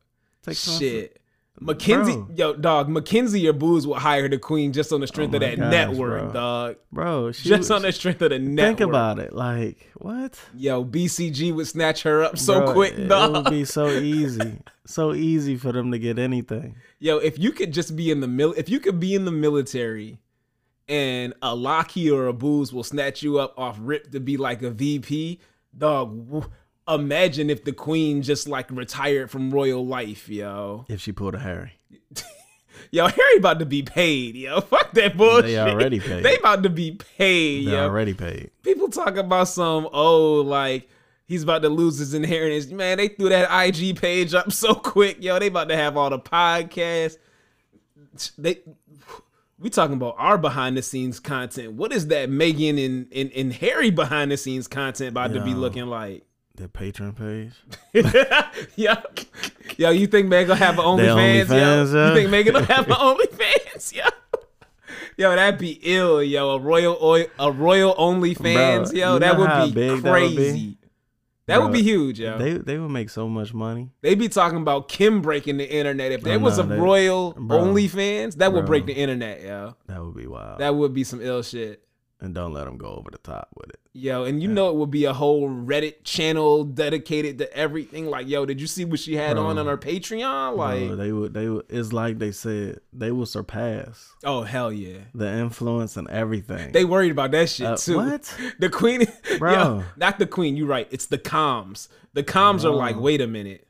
Speaker 2: Take some-
Speaker 3: Shit. Mackenzie,
Speaker 2: Bro.
Speaker 3: yo, dog, Mackenzie or Booz will hire the queen just on the strength of
Speaker 2: Oh my
Speaker 3: that
Speaker 2: gosh,
Speaker 3: network,
Speaker 2: bro.
Speaker 3: dog.
Speaker 2: bro. She
Speaker 3: Just
Speaker 2: was-
Speaker 3: on the strength of the network.
Speaker 2: think about it. Like what?
Speaker 3: Yo, BCG would snatch her up so
Speaker 2: Bro,
Speaker 3: quick,
Speaker 2: it,
Speaker 3: dog.
Speaker 2: would be so easy, so easy for them to get anything.
Speaker 3: Yo, if you could just be in the mil, if you could be in the military, and a Lockheed or a Booz will snatch you up off rip to be like a VP, dog. w- Imagine if the queen just like retired from royal life, yo.
Speaker 2: If she pulled a Harry,
Speaker 3: Yo, Harry about to be paid, yo. Fuck that bullshit.
Speaker 2: They already paid.
Speaker 3: Oh, They about to be paid,
Speaker 2: they're
Speaker 3: yo.
Speaker 2: already paid.
Speaker 3: People talk about some, oh, like he's about to lose his inheritance. Man, they threw that IG page up so quick, yo. They about to have all the podcasts. They we talking about our behind the scenes content. What is that Megan and, and, and Harry behind the scenes content about to be
Speaker 2: Yo.
Speaker 3: looking like?
Speaker 2: Their Patreon page.
Speaker 3: yo, yo, you think Megan have an
Speaker 2: They OnlyFans,
Speaker 3: OnlyFans?
Speaker 2: uh.
Speaker 3: yo?
Speaker 2: yeah.
Speaker 3: You think Megan don't have an OnlyFans? Yo, yo, that'd be ill. Yo, a royal, oil, a royal OnlyFans.
Speaker 2: Bro,
Speaker 3: yo,
Speaker 2: you
Speaker 3: that
Speaker 2: know how
Speaker 3: would be
Speaker 2: big that would be?
Speaker 3: crazy. That would
Speaker 2: Bro,
Speaker 3: be huge, yo. They,
Speaker 2: They they would make so much money.
Speaker 3: be talking about Kim breaking the internet. If there was
Speaker 2: no,
Speaker 3: a
Speaker 2: they-
Speaker 3: royal
Speaker 2: bro.
Speaker 3: OnlyFans, that would break
Speaker 2: Bro. Uh,
Speaker 3: the internet, yo.
Speaker 2: That would be wild.
Speaker 3: That would be some ill shit.
Speaker 2: and don't let them go over the top with it.
Speaker 3: Yo, and you know it would be a whole Reddit channel dedicated to everything. Like, yo, did you see what she had on
Speaker 2: Bro.
Speaker 3: on her Patreon? Like,
Speaker 2: Bro, they would. They would. It's like they said they will surpass
Speaker 3: oh hell yeah.
Speaker 2: the influence and everything.
Speaker 3: They worried about that shit
Speaker 2: Uh,
Speaker 3: too.
Speaker 2: what?
Speaker 3: The queen,
Speaker 2: Bro.
Speaker 3: Yo, not the queen. You right. It's the comms. The comms are like, wait a minute,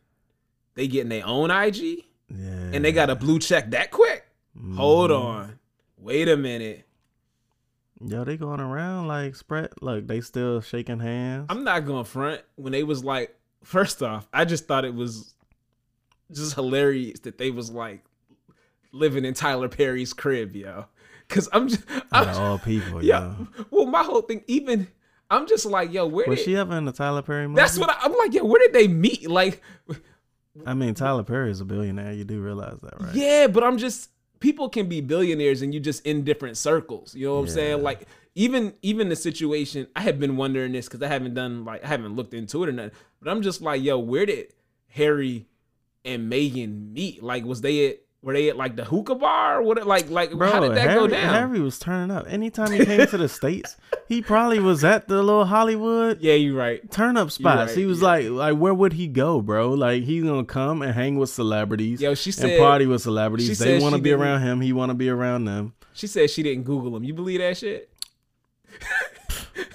Speaker 3: they getting their own IG
Speaker 2: yeah.
Speaker 3: and they got a blue check that quick. Hold on, wait a minute.
Speaker 2: Mm-hmm. yo. They going around like spread. Like they still shaking hands.
Speaker 3: I'm not going front when they was like, first off, I just thought it was just hilarious that they was like living in Tyler Perry's crib, yo. Cause I'm just, I'm
Speaker 2: Out of all people,
Speaker 3: yeah.
Speaker 2: yo.
Speaker 3: Well, my whole thing, even I'm just like, yo, where
Speaker 2: Was
Speaker 3: did
Speaker 2: she ever in the Tyler Perry movie?
Speaker 3: that's what I, I'm like, yo, where did they meet? Like,
Speaker 2: I mean, Tyler Perry is a billionaire. You do realize that, right?
Speaker 3: yeah, but I'm just people can be billionaires and you just in different circles. You know what I'm saying?
Speaker 2: Yeah.
Speaker 3: Like even even the situation, I have been wondering this because I haven't done like I haven't looked into it or nothing. But I'm just like, yo, where did Harry and Megan meet? Like, was they at were they at like the hookah bar? What like like
Speaker 2: Bro,
Speaker 3: how did that
Speaker 2: Harry,
Speaker 3: go down?
Speaker 2: Harry was turning up. Anytime he came to the states, he probably was at the little Hollywood
Speaker 3: yeah, you're right.
Speaker 2: turn up spots.
Speaker 3: right,
Speaker 2: he was
Speaker 3: yeah.
Speaker 2: like, like where would he go, bro? Like he's gonna come and hang with celebrities.
Speaker 3: Yo, she said-
Speaker 2: and party with
Speaker 3: she
Speaker 2: celebrities. They
Speaker 3: said
Speaker 2: want
Speaker 3: she
Speaker 2: to be
Speaker 3: didn't-
Speaker 2: around him. He want to be around them.
Speaker 3: She said she didn't Google him. You believe that shit?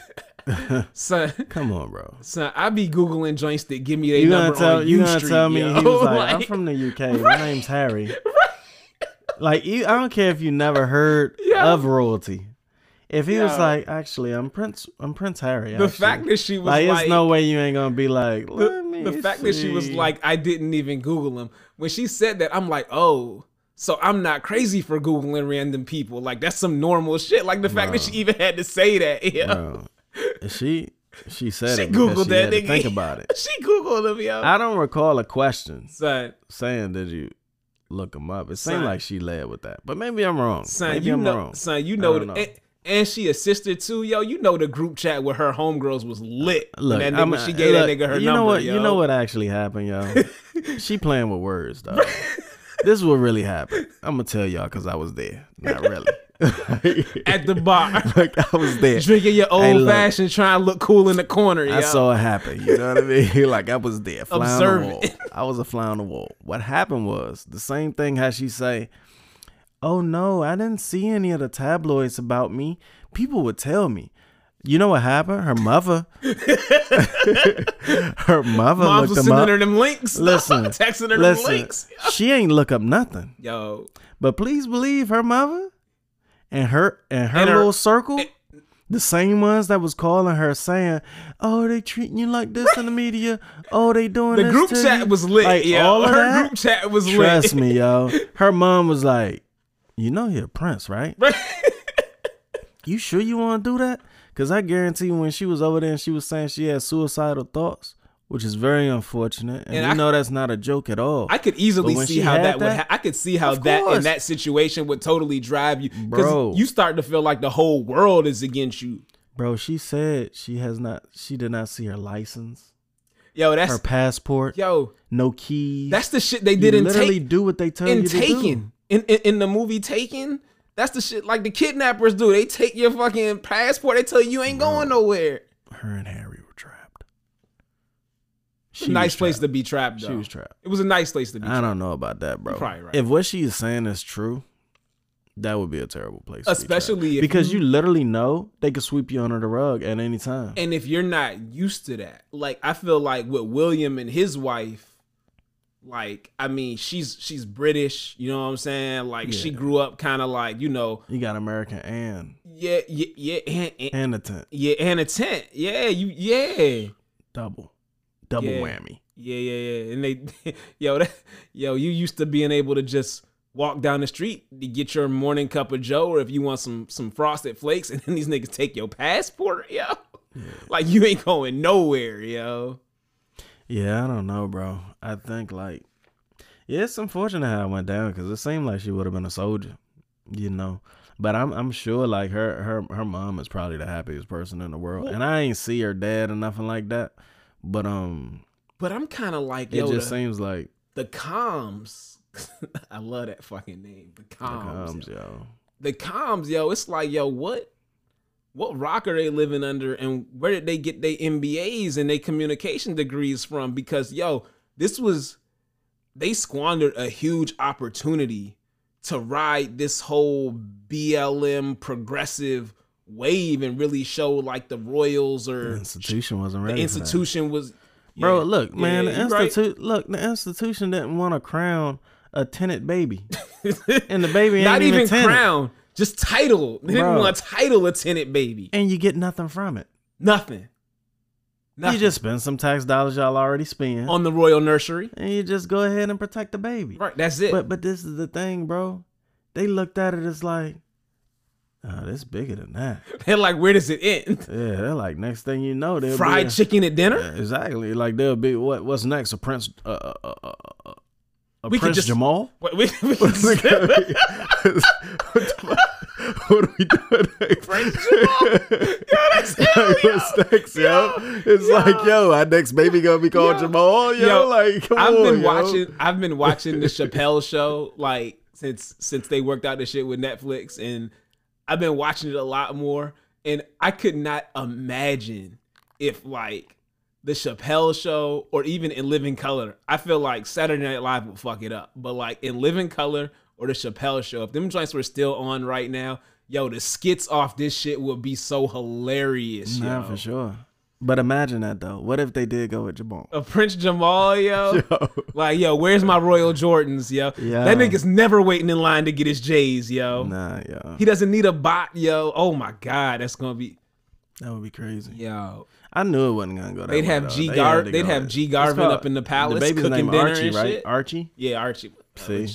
Speaker 3: Son,
Speaker 2: Come on, bro.
Speaker 3: son, I be googling joints that give me their
Speaker 2: You gonna
Speaker 3: number
Speaker 2: tell
Speaker 3: on
Speaker 2: you gonna
Speaker 3: Ustream,
Speaker 2: tell me
Speaker 3: yo.
Speaker 2: he was like, I'm from the UK. My name's Harry. Like you, I don't care if you never heard
Speaker 3: Yeah.
Speaker 2: of royalty. If he was
Speaker 3: Yeah.
Speaker 2: like, actually, I'm Prince, I'm Prince Harry.
Speaker 3: the
Speaker 2: actually."
Speaker 3: fact that she was
Speaker 2: like,
Speaker 3: like,
Speaker 2: it's no way you ain't gonna be like. Let me
Speaker 3: the fact that she was
Speaker 2: see."
Speaker 3: like, I didn't even Google him. When she said that, I'm like, oh, so I'm not crazy for googling random people. Like that's some normal shit. Like the fact that she even had to say that. Yeah,
Speaker 2: Bro, she she said
Speaker 3: she
Speaker 2: it because
Speaker 3: googled
Speaker 2: she
Speaker 3: that.
Speaker 2: had
Speaker 3: nigga.
Speaker 2: to think about it.
Speaker 3: she googled him. Yo,
Speaker 2: I don't recall a question
Speaker 3: son,
Speaker 2: saying did you look him up. It
Speaker 3: Son.
Speaker 2: seemed like she led with that, but maybe I'm wrong.
Speaker 3: son,
Speaker 2: maybe
Speaker 3: you
Speaker 2: I'm
Speaker 3: know,
Speaker 2: wrong.
Speaker 3: son, you
Speaker 2: I
Speaker 3: know,
Speaker 2: don't
Speaker 3: the-
Speaker 2: know.
Speaker 3: And, and she assisted too. Yo, you know the group chat with her homegirls was lit.
Speaker 2: Look,
Speaker 3: when that
Speaker 2: I'm-
Speaker 3: nigga, she gave
Speaker 2: look,
Speaker 3: that nigga her
Speaker 2: you
Speaker 3: number.
Speaker 2: know what?
Speaker 3: Yo.
Speaker 2: You know what actually happened, yo. she playing with words, though. this is what really happened. I'm gonna tell y'all because I was there. Not really.
Speaker 3: At the bar.
Speaker 2: Look, I was there.
Speaker 3: Drinking your old
Speaker 2: Hey, look.
Speaker 3: fashioned, trying to look cool in the corner.
Speaker 2: I
Speaker 3: yo.
Speaker 2: saw it happen. You know what I mean? like I was there, fly
Speaker 3: Observing.
Speaker 2: on the wall. I was a fly on the wall. What happened was the same thing. How she say, "Oh no, I didn't see any of the tabloids about me. People would tell me." You know what happened? Her mother, her mother
Speaker 3: Moms was
Speaker 2: looked them
Speaker 3: sending
Speaker 2: up.
Speaker 3: her them links.
Speaker 2: Listen,
Speaker 3: texting her
Speaker 2: listen,
Speaker 3: them links.
Speaker 2: she ain't look up nothing.
Speaker 3: Yo,
Speaker 2: But please believe her mother and her and her
Speaker 3: And her-
Speaker 2: little circle, the same ones that was calling her saying, "Oh, they treating you like this in the media. Oh, they doing
Speaker 3: the
Speaker 2: this
Speaker 3: group
Speaker 2: to
Speaker 3: chat
Speaker 2: you."
Speaker 3: was lit.
Speaker 2: Like
Speaker 3: yo.
Speaker 2: all of
Speaker 3: her
Speaker 2: that.
Speaker 3: group chat was
Speaker 2: trust
Speaker 3: lit.
Speaker 2: me, yo. Her mom was like, "You know you're a prince, right?
Speaker 3: Trust me.
Speaker 2: You sure you want to do that? Because I guarantee when she was over there and she was saying she had suicidal thoughts." Which is very unfortunate, and,
Speaker 3: And
Speaker 2: we
Speaker 3: I-
Speaker 2: know that's not a joke at all.
Speaker 3: I could easily
Speaker 2: But when
Speaker 3: see
Speaker 2: she
Speaker 3: how
Speaker 2: had
Speaker 3: that would.
Speaker 2: that-
Speaker 3: Ha- I could see how
Speaker 2: Of
Speaker 3: that in
Speaker 2: course.
Speaker 3: that situation would totally drive you,
Speaker 2: Bro.
Speaker 3: you start to feel like the whole world is against you.
Speaker 2: Bro, she said she has not, she did not see her license,
Speaker 3: Yo, that's
Speaker 2: her passport,
Speaker 3: yo,
Speaker 2: no keys.
Speaker 3: that's the shit they
Speaker 2: you
Speaker 3: did in
Speaker 2: literally
Speaker 3: take
Speaker 2: do what they tell you
Speaker 3: in
Speaker 2: to do.
Speaker 3: Taken in, in in the movie Taken. That's the shit like the kidnappers do. They take your fucking passport. They tell you you ain't going nowhere.
Speaker 2: Her and Harry were trapped.
Speaker 3: It's
Speaker 2: She
Speaker 3: a nice
Speaker 2: was
Speaker 3: place to
Speaker 2: trapped.
Speaker 3: be trapped. Though.
Speaker 2: She was trapped.
Speaker 3: It was a nice place to be.
Speaker 2: I don't know about that, bro.
Speaker 3: probably right.
Speaker 2: If what she is saying is true, that would be a terrible place. to be trapped.
Speaker 3: Especially if
Speaker 2: because you literally know they could sweep you under the rug at any time.
Speaker 3: and if you're not used to that like i feel like with william and his wife like i mean she's she's british you know what i'm saying like she
Speaker 2: Yeah.
Speaker 3: grew up kind of like you know
Speaker 2: you got American and
Speaker 3: yeah yeah yeah and, and-
Speaker 2: and a tent
Speaker 3: yeah and a tent yeah you yeah
Speaker 2: double, double
Speaker 3: Yeah.
Speaker 2: whammy.
Speaker 3: yeah yeah yeah and they yo that, yo you used to being able to just walk down the street to get your morning cup of joe or if you want some some frosted flakes and then these niggas take your passport yo like you ain't going nowhere yo
Speaker 2: Yeah, I don't know, bro. I think like, yeah, it's unfortunate how it went down because it seemed like she would have been a soldier, you know. But I'm I'm sure like her her her mom is probably the happiest person in the world, and I ain't see her dad or nothing like that. But um,
Speaker 3: But I'm kind of like,
Speaker 2: it
Speaker 3: yo,
Speaker 2: just
Speaker 3: the,
Speaker 2: seems like
Speaker 3: the comms. I love that fucking name. The
Speaker 2: the
Speaker 3: comms.
Speaker 2: comms, yo.
Speaker 3: The comms, yo. It's like, yo, what? what rock are they living under and where did they get their MBAs and their communication degrees from? Because yo, this was they squandered a huge opportunity to ride this whole BLM progressive wave and really show like the Royals
Speaker 2: The
Speaker 3: or
Speaker 2: institution wasn't
Speaker 3: the
Speaker 2: ready. for that.
Speaker 3: institution was
Speaker 2: bro.
Speaker 3: Yeah,
Speaker 2: Look, man,
Speaker 3: yeah, you
Speaker 2: the
Speaker 3: right.
Speaker 2: institute. Look, the institution didn't want to crown a tenant baby, and the baby ain't
Speaker 3: not even,
Speaker 2: tenant,
Speaker 3: crown, just title. They didn't
Speaker 2: Bro.
Speaker 3: want to title a tenant baby.
Speaker 2: and you get nothing from it.
Speaker 3: Nothing. Nothing
Speaker 2: You just spend some tax dollars y'all already spend,
Speaker 3: on the royal nursery.
Speaker 2: and you just go ahead and protect the baby.
Speaker 3: Right, that's it.
Speaker 2: But but this is the thing, bro. They looked at it as like, oh, this bigger than that.
Speaker 3: They're like, where does it end?
Speaker 2: Yeah, they're like, next thing you know, they'll
Speaker 3: Fried
Speaker 2: be,
Speaker 3: chicken at dinner?
Speaker 2: Exactly. Like they'll be what? What's next? A prince? Uh, uh, uh, uh, uh, a
Speaker 3: We could
Speaker 2: Prince
Speaker 3: just-
Speaker 2: Jamal?
Speaker 3: What, we, we can
Speaker 2: what
Speaker 3: skip
Speaker 2: the fuck? What are we doing? next?
Speaker 3: Prince Jamal. that's hell,
Speaker 2: Like, what's
Speaker 3: yo.
Speaker 2: next, yo?
Speaker 3: Yo,
Speaker 2: It's
Speaker 3: yo.
Speaker 2: like, yo, our next baby gonna be called
Speaker 3: Yo.
Speaker 2: Jamal, yo.
Speaker 3: Yo,
Speaker 2: like, come
Speaker 3: I've
Speaker 2: on,
Speaker 3: been
Speaker 2: yo.
Speaker 3: watching I've been watching the Chappelle show like since since they worked out this shit with Netflix and I've been watching it a lot more and I could not imagine if like the Chappelle show or even in Living Color. I feel like Saturday Night Live would fuck it up. But like in Living Color or the Chappelle show, if them joints were still on right now, yo, the skits off this shit would be so hilarious.
Speaker 2: Nah,
Speaker 3: yo.
Speaker 2: for sure. But imagine that though. What if they did go with Jamal?
Speaker 3: A Prince Jamal, yo.
Speaker 2: Yo.
Speaker 3: Like, yo, where's my Royal Jordans, yo?
Speaker 2: Yeah.
Speaker 3: That nigga's never waiting in line to get his J's, yo.
Speaker 2: Nah, yo.
Speaker 3: He doesn't need a bot, yo. Oh my God, that's gonna be
Speaker 2: That would be crazy.
Speaker 3: yo.
Speaker 2: I knew it wasn't gonna go that
Speaker 3: They'd
Speaker 2: way,
Speaker 3: have
Speaker 2: though.
Speaker 3: G
Speaker 2: They
Speaker 3: Gar-
Speaker 2: had to
Speaker 3: they'd
Speaker 2: go
Speaker 3: have
Speaker 2: with-
Speaker 3: G Garvin
Speaker 2: It's called-
Speaker 3: up in the palace
Speaker 2: baby's
Speaker 3: cooking
Speaker 2: name
Speaker 3: dinner
Speaker 2: Archie,
Speaker 3: and
Speaker 2: right?
Speaker 3: shit.
Speaker 2: Archie.
Speaker 3: Yeah, Archie.
Speaker 2: See?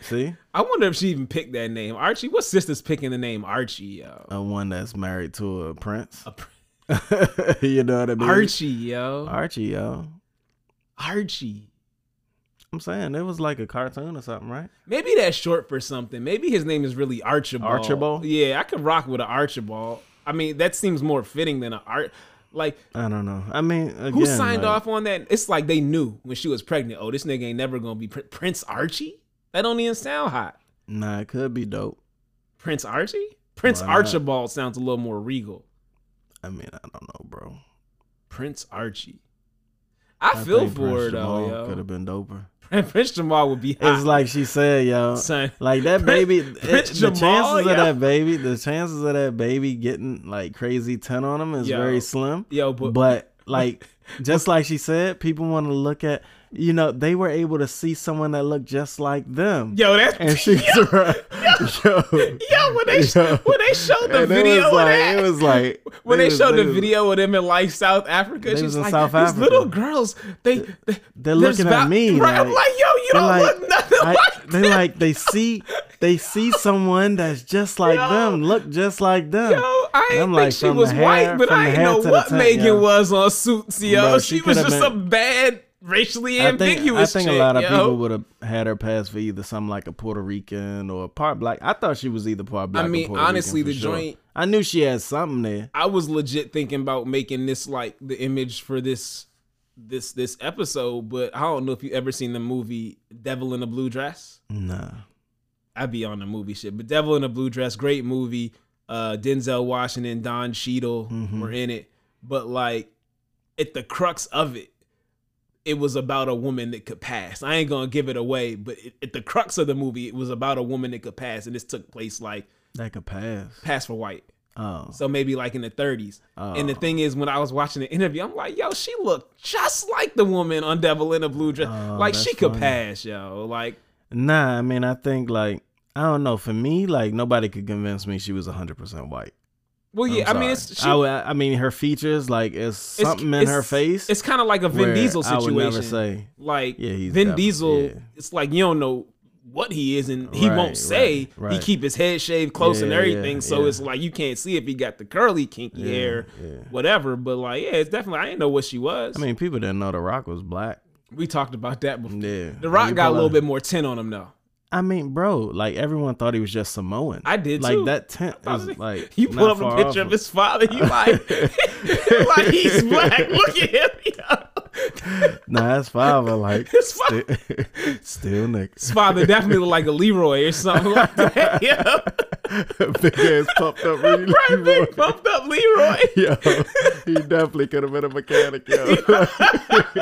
Speaker 2: See?
Speaker 3: I wonder if she even picked that name, Archie. What sister's picking the name Archie, yo?
Speaker 2: A one that's married to a prince.
Speaker 3: A pr-
Speaker 2: you know what I mean?
Speaker 3: Archie, yo.
Speaker 2: Archie, yo.
Speaker 3: Archie.
Speaker 2: I'm saying it was like a cartoon or something, right?
Speaker 3: Maybe that's short for something. Maybe his name is really Archibald.
Speaker 2: Archibald?
Speaker 3: Yeah, I could rock with an Archibald. I mean, that seems more fitting than an art. Like
Speaker 2: I don't know. I mean, again,
Speaker 3: Who signed
Speaker 2: like,
Speaker 3: off on that? It's like they knew when she was pregnant. Oh, this nigga ain't never gonna be Pr- Prince Archie. That don't even sound hot.
Speaker 2: Nah, it could be dope.
Speaker 3: Prince Archie. Prince
Speaker 2: Why not?
Speaker 3: Archibald sounds a little more regal.
Speaker 2: I mean, I don't know, bro.
Speaker 3: Prince Archie. I, feel for her though,
Speaker 2: Could have
Speaker 3: yo.
Speaker 2: been doper.
Speaker 3: Prince Jamal would be hot.
Speaker 2: It's like she said, yo.
Speaker 3: son.
Speaker 2: Like that
Speaker 3: Prince-
Speaker 2: baby,
Speaker 3: Prince
Speaker 2: it- the
Speaker 3: Jamal,
Speaker 2: chances
Speaker 3: yo.
Speaker 2: of that baby, the chances of that baby getting like crazy ten on him is
Speaker 3: Yo.
Speaker 2: very slim.
Speaker 3: Yo,
Speaker 2: But,
Speaker 3: but,
Speaker 2: like, just like she said, people want to look at. You know, they were able to see someone that looked just like them.
Speaker 3: yo, that's
Speaker 2: and she's
Speaker 3: yo,
Speaker 2: right. Yo,
Speaker 3: yo, when they
Speaker 2: Yo.
Speaker 3: when they showed the
Speaker 2: And
Speaker 3: video
Speaker 2: it was
Speaker 3: of
Speaker 2: like
Speaker 3: that.
Speaker 2: it was like
Speaker 3: when they
Speaker 2: was-
Speaker 3: showed the
Speaker 2: was-
Speaker 3: video of them in like South Africa,
Speaker 2: They
Speaker 3: she's
Speaker 2: was in
Speaker 3: like,
Speaker 2: South
Speaker 3: these
Speaker 2: Africa.
Speaker 3: little girls, they, they they're,
Speaker 2: looking at me,
Speaker 3: Right? I'm
Speaker 2: like-
Speaker 3: like, yo, you
Speaker 2: they
Speaker 3: don't
Speaker 2: like-
Speaker 3: look nothing
Speaker 2: I-
Speaker 3: like
Speaker 2: they like they see they see someone that's just like
Speaker 3: Yo.
Speaker 2: them, look just like them.
Speaker 3: yo. I
Speaker 2: And I'm
Speaker 3: ain't
Speaker 2: like,
Speaker 3: think she
Speaker 2: from
Speaker 3: was
Speaker 2: the hair-
Speaker 3: white, but
Speaker 2: from the
Speaker 3: I didn't
Speaker 2: hair
Speaker 3: know
Speaker 2: to the
Speaker 3: what
Speaker 2: tent,
Speaker 3: Megan
Speaker 2: yo.
Speaker 3: was on suits, yo.
Speaker 2: Bro,
Speaker 3: she,
Speaker 2: she
Speaker 3: was
Speaker 2: could've
Speaker 3: just
Speaker 2: been-
Speaker 3: a bad, racially
Speaker 2: I think, I
Speaker 3: ambiguous.
Speaker 2: think
Speaker 3: chick,
Speaker 2: a lot of
Speaker 3: yo.
Speaker 2: people would have had her pass for either something like a Puerto Rican or part black. I thought she was either part black. or
Speaker 3: mean,
Speaker 2: Puerto Rican
Speaker 3: honestly,
Speaker 2: for
Speaker 3: the
Speaker 2: sure.
Speaker 3: joint-
Speaker 2: I knew she had something there.
Speaker 3: I was legit thinking about making this like the image for this this this episode, but I don't know if you ever seen the movie Devil in a Blue Dress.
Speaker 2: Nah,
Speaker 3: I'd be on the movie shit. But Devil in a Blue Dress, great movie. Uh, Denzel Washington, Don Cheadle
Speaker 2: Mm-hmm.
Speaker 3: were in it. But like, at the crux of it, it was about a woman that could pass. I ain't gonna give it away, but it, at the crux of the movie, it was about a woman that could pass, and this took place like
Speaker 2: that could pass.
Speaker 3: pass for white.
Speaker 2: Oh,
Speaker 3: So maybe like in the 30s. And the
Speaker 2: Oh.
Speaker 3: thing is, when I was watching the interview, I'm like, yo, she looked just like the woman on Devil in a Blue Dress.
Speaker 2: Oh,
Speaker 3: like she
Speaker 2: that's
Speaker 3: could
Speaker 2: funny.
Speaker 3: pass, yo. Like
Speaker 2: nah. I mean, I think like I don't know. For me, like nobody could convince me she was hundred percent white.
Speaker 3: well, yeah. I mean, it's she,
Speaker 2: I, would- I mean, her features like it's
Speaker 3: it's-
Speaker 2: something in
Speaker 3: it's-
Speaker 2: her face.
Speaker 3: It's kind of like a Vin
Speaker 2: where
Speaker 3: Diesel
Speaker 2: I
Speaker 3: situation.
Speaker 2: would never say.
Speaker 3: like
Speaker 2: Yeah, he's
Speaker 3: Vin
Speaker 2: devil,
Speaker 3: Diesel,
Speaker 2: yeah.
Speaker 3: it's like you don't know what he is, and he
Speaker 2: Right,
Speaker 3: won't say.
Speaker 2: right, right.
Speaker 3: He keep his head shaved close and
Speaker 2: Yeah, yeah,
Speaker 3: everything, so
Speaker 2: yeah.
Speaker 3: it's like you can't see if he got the curly kinky
Speaker 2: Yeah,
Speaker 3: hair,
Speaker 2: yeah.
Speaker 3: whatever. But like, yeah, it's definitely. I didn't know what she was.
Speaker 2: I mean, people didn't know The Rock was black.
Speaker 3: we talked about that before.
Speaker 2: Yeah,
Speaker 3: The Rock
Speaker 2: You
Speaker 3: got a little
Speaker 2: probably-
Speaker 3: bit more tint on him though.
Speaker 2: I mean, bro, like everyone thought he was just Samoan.
Speaker 3: I did
Speaker 2: Like
Speaker 3: too.
Speaker 2: that tent
Speaker 3: I
Speaker 2: is
Speaker 3: was like,
Speaker 2: like
Speaker 3: you
Speaker 2: not
Speaker 3: pull up a
Speaker 2: far
Speaker 3: picture
Speaker 2: off
Speaker 3: of his father, you like, like he's black. Look at him. yo.
Speaker 2: nah, that's fine, but like,
Speaker 3: It's fine.
Speaker 2: sti- still niggas.
Speaker 3: His father definitely looked like a Leroy or something like that. Yeah.
Speaker 2: Big ass pumped up. Really
Speaker 3: Right, big bumped up Leroy.
Speaker 2: Yo, he definitely could have been a mechanic, yo.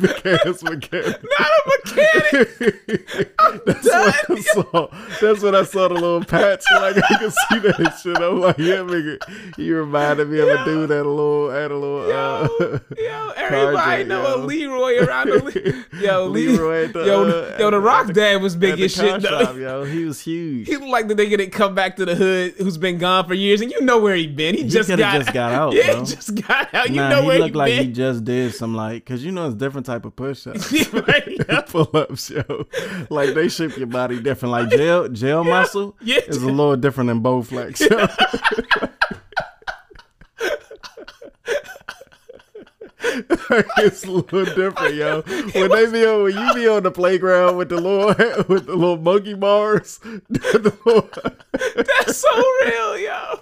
Speaker 2: Big ass mechanic.
Speaker 3: Not a mechanic.
Speaker 2: That's what I saw. That's what I saw the little patch. Like I could see that shit. I'm like, yeah, nigga. He reminded me of a dude at a little, at a little.
Speaker 3: Yo,
Speaker 2: Uh,
Speaker 3: yo, everybody
Speaker 2: Carjack,
Speaker 3: know a
Speaker 2: yo.
Speaker 3: Leroy around the Le- yo, Leroy.
Speaker 2: Leroy at the,
Speaker 3: yo,
Speaker 2: uh,
Speaker 3: yo,
Speaker 2: at
Speaker 3: the
Speaker 2: the-
Speaker 3: Rock Dad was
Speaker 2: at
Speaker 3: big
Speaker 2: the
Speaker 3: as shit
Speaker 2: car
Speaker 3: though.
Speaker 2: shop, yo. He was huge.
Speaker 3: He looked like the nigga that come back to the hood who's been gone for years, and you know where he been. He,
Speaker 2: He
Speaker 3: just,
Speaker 2: coulda
Speaker 3: got,
Speaker 2: just got out,
Speaker 3: Yeah,
Speaker 2: bro.
Speaker 3: he just got out. You
Speaker 2: nah,
Speaker 3: know
Speaker 2: he
Speaker 3: where
Speaker 2: looked
Speaker 3: he
Speaker 2: like he
Speaker 3: been.
Speaker 2: just did some like, cause you know it's different type of push ups.
Speaker 3: Right, yo.
Speaker 2: pull ups, yo. Like they shape your body different. Like gel gel muscle
Speaker 3: yeah.
Speaker 2: is a little different than bow flex. Yo. it's a little different, yo. When they be on, when you be on the playground with the little with the little monkey bars, the little-
Speaker 3: That's so real, yo.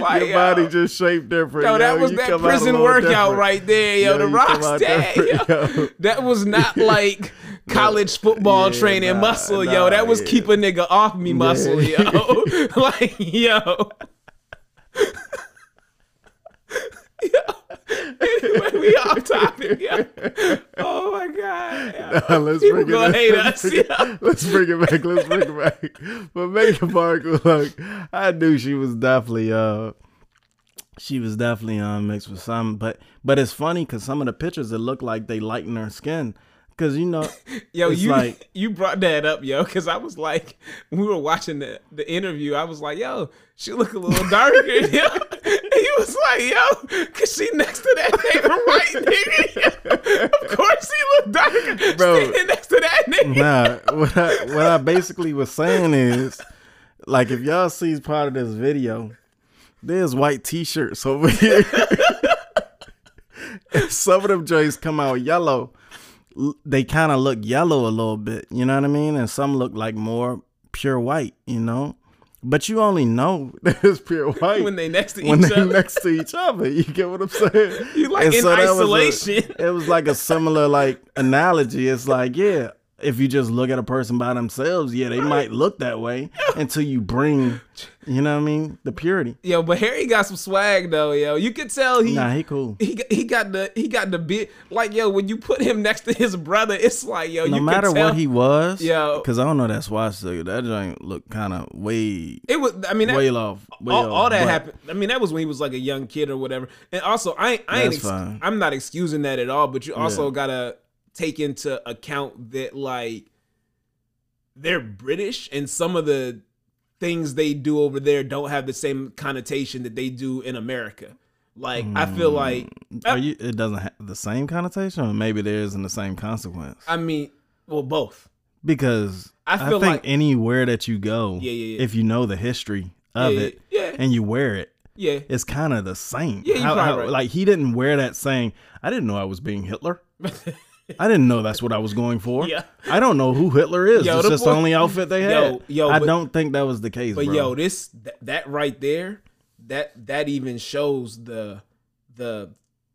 Speaker 3: Why,
Speaker 2: your
Speaker 3: yo?
Speaker 2: body just shaped different.
Speaker 3: Yo, that was
Speaker 2: You
Speaker 3: that
Speaker 2: come out a
Speaker 3: prison
Speaker 2: little
Speaker 3: workout
Speaker 2: different.
Speaker 3: right there, yo.
Speaker 2: Yo, you
Speaker 3: the
Speaker 2: come
Speaker 3: Rock's
Speaker 2: out
Speaker 3: dad,
Speaker 2: different,
Speaker 3: yo.
Speaker 2: yo.
Speaker 3: That was not like college football
Speaker 2: Yeah,
Speaker 3: training
Speaker 2: nah,
Speaker 3: muscle,
Speaker 2: nah,
Speaker 3: yo. That was
Speaker 2: yeah.
Speaker 3: keep a nigga off me muscle,
Speaker 2: Yeah.
Speaker 3: yo. like, yo. Yo. Anyway, we off topic, yo. Oh my god. yo.
Speaker 2: Uh, let's
Speaker 3: People
Speaker 2: bring it
Speaker 3: gonna
Speaker 2: back.
Speaker 3: hate
Speaker 2: let's,
Speaker 3: us,
Speaker 2: bring,
Speaker 3: yo.
Speaker 2: let's bring it back. Let's bring it back. But Megan Markle, like, I knew she was definitely uh she was definitely um mixed with some but but it's funny because some of the pictures it looked like they lighten her skin. Cause you know
Speaker 3: Yo,
Speaker 2: it's
Speaker 3: you
Speaker 2: like
Speaker 3: you brought that up, yo, because I was like, when we were watching the, the interview, I was like, yo, she look a little darker, yo. And you was like, yo, cause she next to that nigga white nigga. yo. Of course he look darker.
Speaker 2: Bro.
Speaker 3: Standing next to that nigga.
Speaker 2: nah what I what I basically was saying is like if y'all see part of this video, there's white t shirts over here. And some of them joints come out yellow. L- They kind of look yellow a little bit, you know what I mean? And some look like more pure white, you know? But you only know that it's pure white
Speaker 3: When they next to
Speaker 2: when
Speaker 3: each
Speaker 2: they
Speaker 3: other.
Speaker 2: next to each other. You get what I'm saying?
Speaker 3: You like in
Speaker 2: that was a-
Speaker 3: isolation.
Speaker 2: it was like a similar like analogy. It's like, yeah, if you just look at a person by themselves, yeah, they might look that way until you bring, you know what I mean, the purity.
Speaker 3: Yo, but Harry got some swag though, yo. You could tell he
Speaker 2: Nah, he cool.
Speaker 3: he got, he got the he got the bit like yo when you put him next to his brother it's like yo
Speaker 2: No
Speaker 3: you
Speaker 2: matter
Speaker 3: could tell
Speaker 2: what he was,
Speaker 3: Yo.
Speaker 2: because I don't know that's why so that joint looked kind of way,
Speaker 3: it was I mean that,
Speaker 2: way off. Way
Speaker 3: all,
Speaker 2: off,
Speaker 3: all that
Speaker 2: but-
Speaker 3: happened. I mean, that was when he was like a young kid or whatever. And also, I ain't- I ain't
Speaker 2: That's
Speaker 3: ex-
Speaker 2: fine.
Speaker 3: I'm not excusing that at all. But you also
Speaker 2: Yeah.
Speaker 3: gotta take into account that like they're British and some of the things they do over there don't have the same connotation that they do in America. Like I feel like
Speaker 2: Hmm. Are you, it doesn't have the same connotation, or maybe there isn't the same consequence.
Speaker 3: I mean, well, both.
Speaker 2: because
Speaker 3: I
Speaker 2: I,
Speaker 3: feel
Speaker 2: think
Speaker 3: like-
Speaker 2: anywhere that you go,
Speaker 3: Yeah, yeah, yeah.
Speaker 2: if you know the history of
Speaker 3: Yeah, yeah,
Speaker 2: it
Speaker 3: yeah.
Speaker 2: and you wear it,
Speaker 3: Yeah,
Speaker 2: it's kind of the same.
Speaker 3: Yeah, you're probably right.
Speaker 2: Like he didn't wear that saying, I didn't know I was being Hitler. I didn't know that's what I was going for.
Speaker 3: Yeah.
Speaker 2: I don't know who Hitler is.
Speaker 3: Yo,
Speaker 2: it's
Speaker 3: the
Speaker 2: just
Speaker 3: boy-
Speaker 2: the only outfit they
Speaker 3: Yo,
Speaker 2: had.
Speaker 3: yo,
Speaker 2: I
Speaker 3: but-
Speaker 2: don't think that was the case,
Speaker 3: But
Speaker 2: bro.
Speaker 3: yo, this th- that right there, that that even shows the the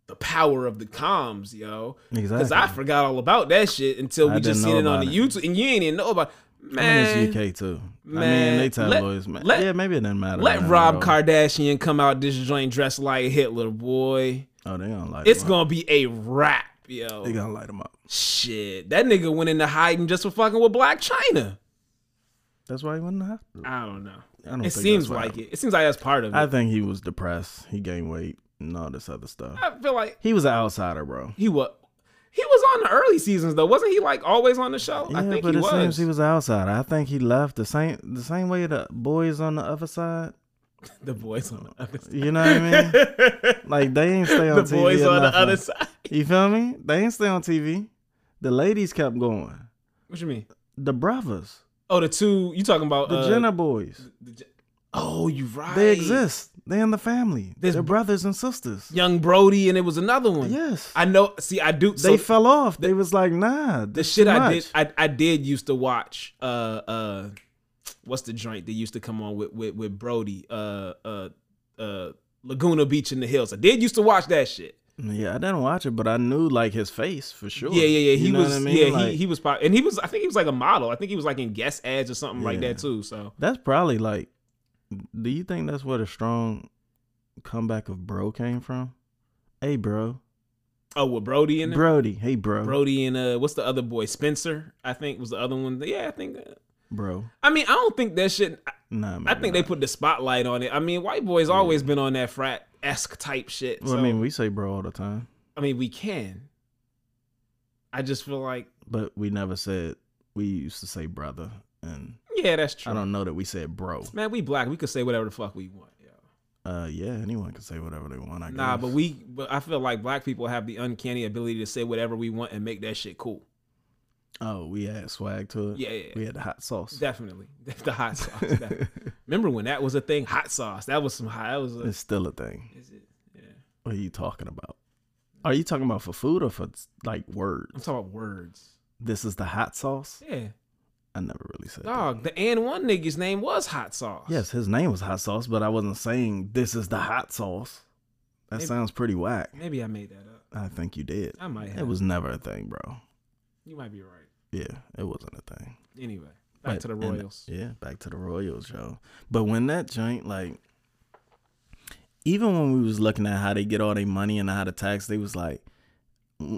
Speaker 3: the power of the comms, yo. Because I
Speaker 2: Exactly.
Speaker 3: forgot all about that shit until we
Speaker 2: I
Speaker 3: just
Speaker 2: didn't
Speaker 3: seen
Speaker 2: know
Speaker 3: it on the
Speaker 2: about it.
Speaker 3: YouTube, and you ain't even know about
Speaker 2: I
Speaker 3: man.
Speaker 2: mean, it's UK too. I
Speaker 3: Man,
Speaker 2: mean, they tell
Speaker 3: let-
Speaker 2: boys, man.
Speaker 3: let-
Speaker 2: yeah, maybe it doesn't matter.
Speaker 3: Let
Speaker 2: man,
Speaker 3: Rob
Speaker 2: bro.
Speaker 3: Kardashian come out this joint dressed like Hitler, boy.
Speaker 2: Oh, they gonna light
Speaker 3: It's
Speaker 2: him up.
Speaker 3: gonna be a wrap, yo.
Speaker 2: They gonna light him up.
Speaker 3: Shit, that nigga went into hiding just for fucking with Black China.
Speaker 2: That's why he went in the hospital.
Speaker 3: I don't know.
Speaker 2: I don't
Speaker 3: It
Speaker 2: think that's
Speaker 3: seems
Speaker 2: why.
Speaker 3: like it. It seems like that's part of it.
Speaker 2: I think he was depressed. He gained weight and all this other stuff.
Speaker 3: I feel like
Speaker 2: He was an outsider, bro.
Speaker 3: He was he was on the early seasons though, wasn't he? Like always on the show. I think
Speaker 2: but
Speaker 3: he
Speaker 2: it
Speaker 3: was.
Speaker 2: seems he was an outsider. I think he left the same the same way the boys on the other side.
Speaker 3: The boys on the other side.
Speaker 2: You know what I mean? like they ain't stay on
Speaker 3: the
Speaker 2: TV.
Speaker 3: boys
Speaker 2: or
Speaker 3: on the
Speaker 2: nothing.
Speaker 3: other side.
Speaker 2: You feel me? They ain't stay on TV. The ladies kept going.
Speaker 3: What you mean?
Speaker 2: The brothers,
Speaker 3: Oh, the two you talking about
Speaker 2: the
Speaker 3: uh,
Speaker 2: Jenner boys,
Speaker 3: the Jen- Oh, you right.
Speaker 2: they exist. They in the family.
Speaker 3: This-
Speaker 2: They're brothers and sisters.
Speaker 3: Young Brody, and it was another one.
Speaker 2: Yes,
Speaker 3: I know. See, I do.
Speaker 2: they
Speaker 3: So
Speaker 2: fell off. They was like, nah.
Speaker 3: the shit I did, I, I did used to watch. Uh, uh, what's the joint that used to come on with with, with Brody? Uh, uh, uh, Laguna Beach in the hills. I did used to watch that shit.
Speaker 2: Yeah, I didn't watch it, but I knew like his face for sure.
Speaker 3: Yeah, yeah, yeah.
Speaker 2: You
Speaker 3: He
Speaker 2: know
Speaker 3: was,
Speaker 2: what I mean?
Speaker 3: yeah,
Speaker 2: Like,
Speaker 3: he, he was, pop- and he was. I think he was like a model. I think he was like in guest ads or something like
Speaker 2: Yeah.
Speaker 3: that too. So
Speaker 2: That's probably like. Do you think that's where the strong comeback of bro came from? Hey, bro,
Speaker 3: oh, with Brody in it.
Speaker 2: Brody. Hey, bro, bro,
Speaker 3: Brody and uh, what's the other boy? Spencer, I think was the other one. Yeah, I think. uh,
Speaker 2: bro.
Speaker 3: I mean, I don't think that shit. I,
Speaker 2: Nah,
Speaker 3: I
Speaker 2: maybe not.
Speaker 3: think they put the spotlight on it. I mean, white boys always been on that frat esque type shit.
Speaker 2: Well,
Speaker 3: so,
Speaker 2: I mean, we say bro all the time,
Speaker 3: we can. I just feel like,
Speaker 2: but we never said. We used to say brother, and
Speaker 3: yeah, that's true.
Speaker 2: I don't know that we said bro.
Speaker 3: Man, we black. We could say whatever the fuck we want. Yo.
Speaker 2: Uh, yeah, anyone can say whatever they want. I guess.
Speaker 3: Nah, but we. But I feel like black people have the uncanny ability to say whatever we want and make that shit cool.
Speaker 2: Oh, we had swag to it.
Speaker 3: Yeah, yeah, yeah.
Speaker 2: We had the hot sauce.
Speaker 3: Definitely, the hot sauce. definitely. Remember when that was a thing? Hot sauce. That was some hot. That was. A,
Speaker 2: It's still a thing.
Speaker 3: is it? Yeah.
Speaker 2: What are you talking about? Are you talking about for food or for like
Speaker 3: I'm
Speaker 2: words?
Speaker 3: talking about words.
Speaker 2: This is the hot sauce.
Speaker 3: Yeah,
Speaker 2: I never really said. that.
Speaker 3: dog. The and one nigga's name was hot sauce.
Speaker 2: Yes, his name was hot sauce, but I wasn't saying this is the hot sauce. That
Speaker 3: Maybe- Oh,
Speaker 2: sounds pretty whack.
Speaker 3: Maybe I made that up.
Speaker 2: I think you did.
Speaker 3: I might have.
Speaker 2: It was never a thing, bro.
Speaker 3: You might be right.
Speaker 2: Yeah, it wasn't a thing.
Speaker 3: Anyway, back
Speaker 2: But-
Speaker 3: to the
Speaker 2: and-
Speaker 3: Royals.
Speaker 2: yeah, back to the Royals, yo. But when that joint, like, even when we was looking at how they get all their money and how to tax, they was like,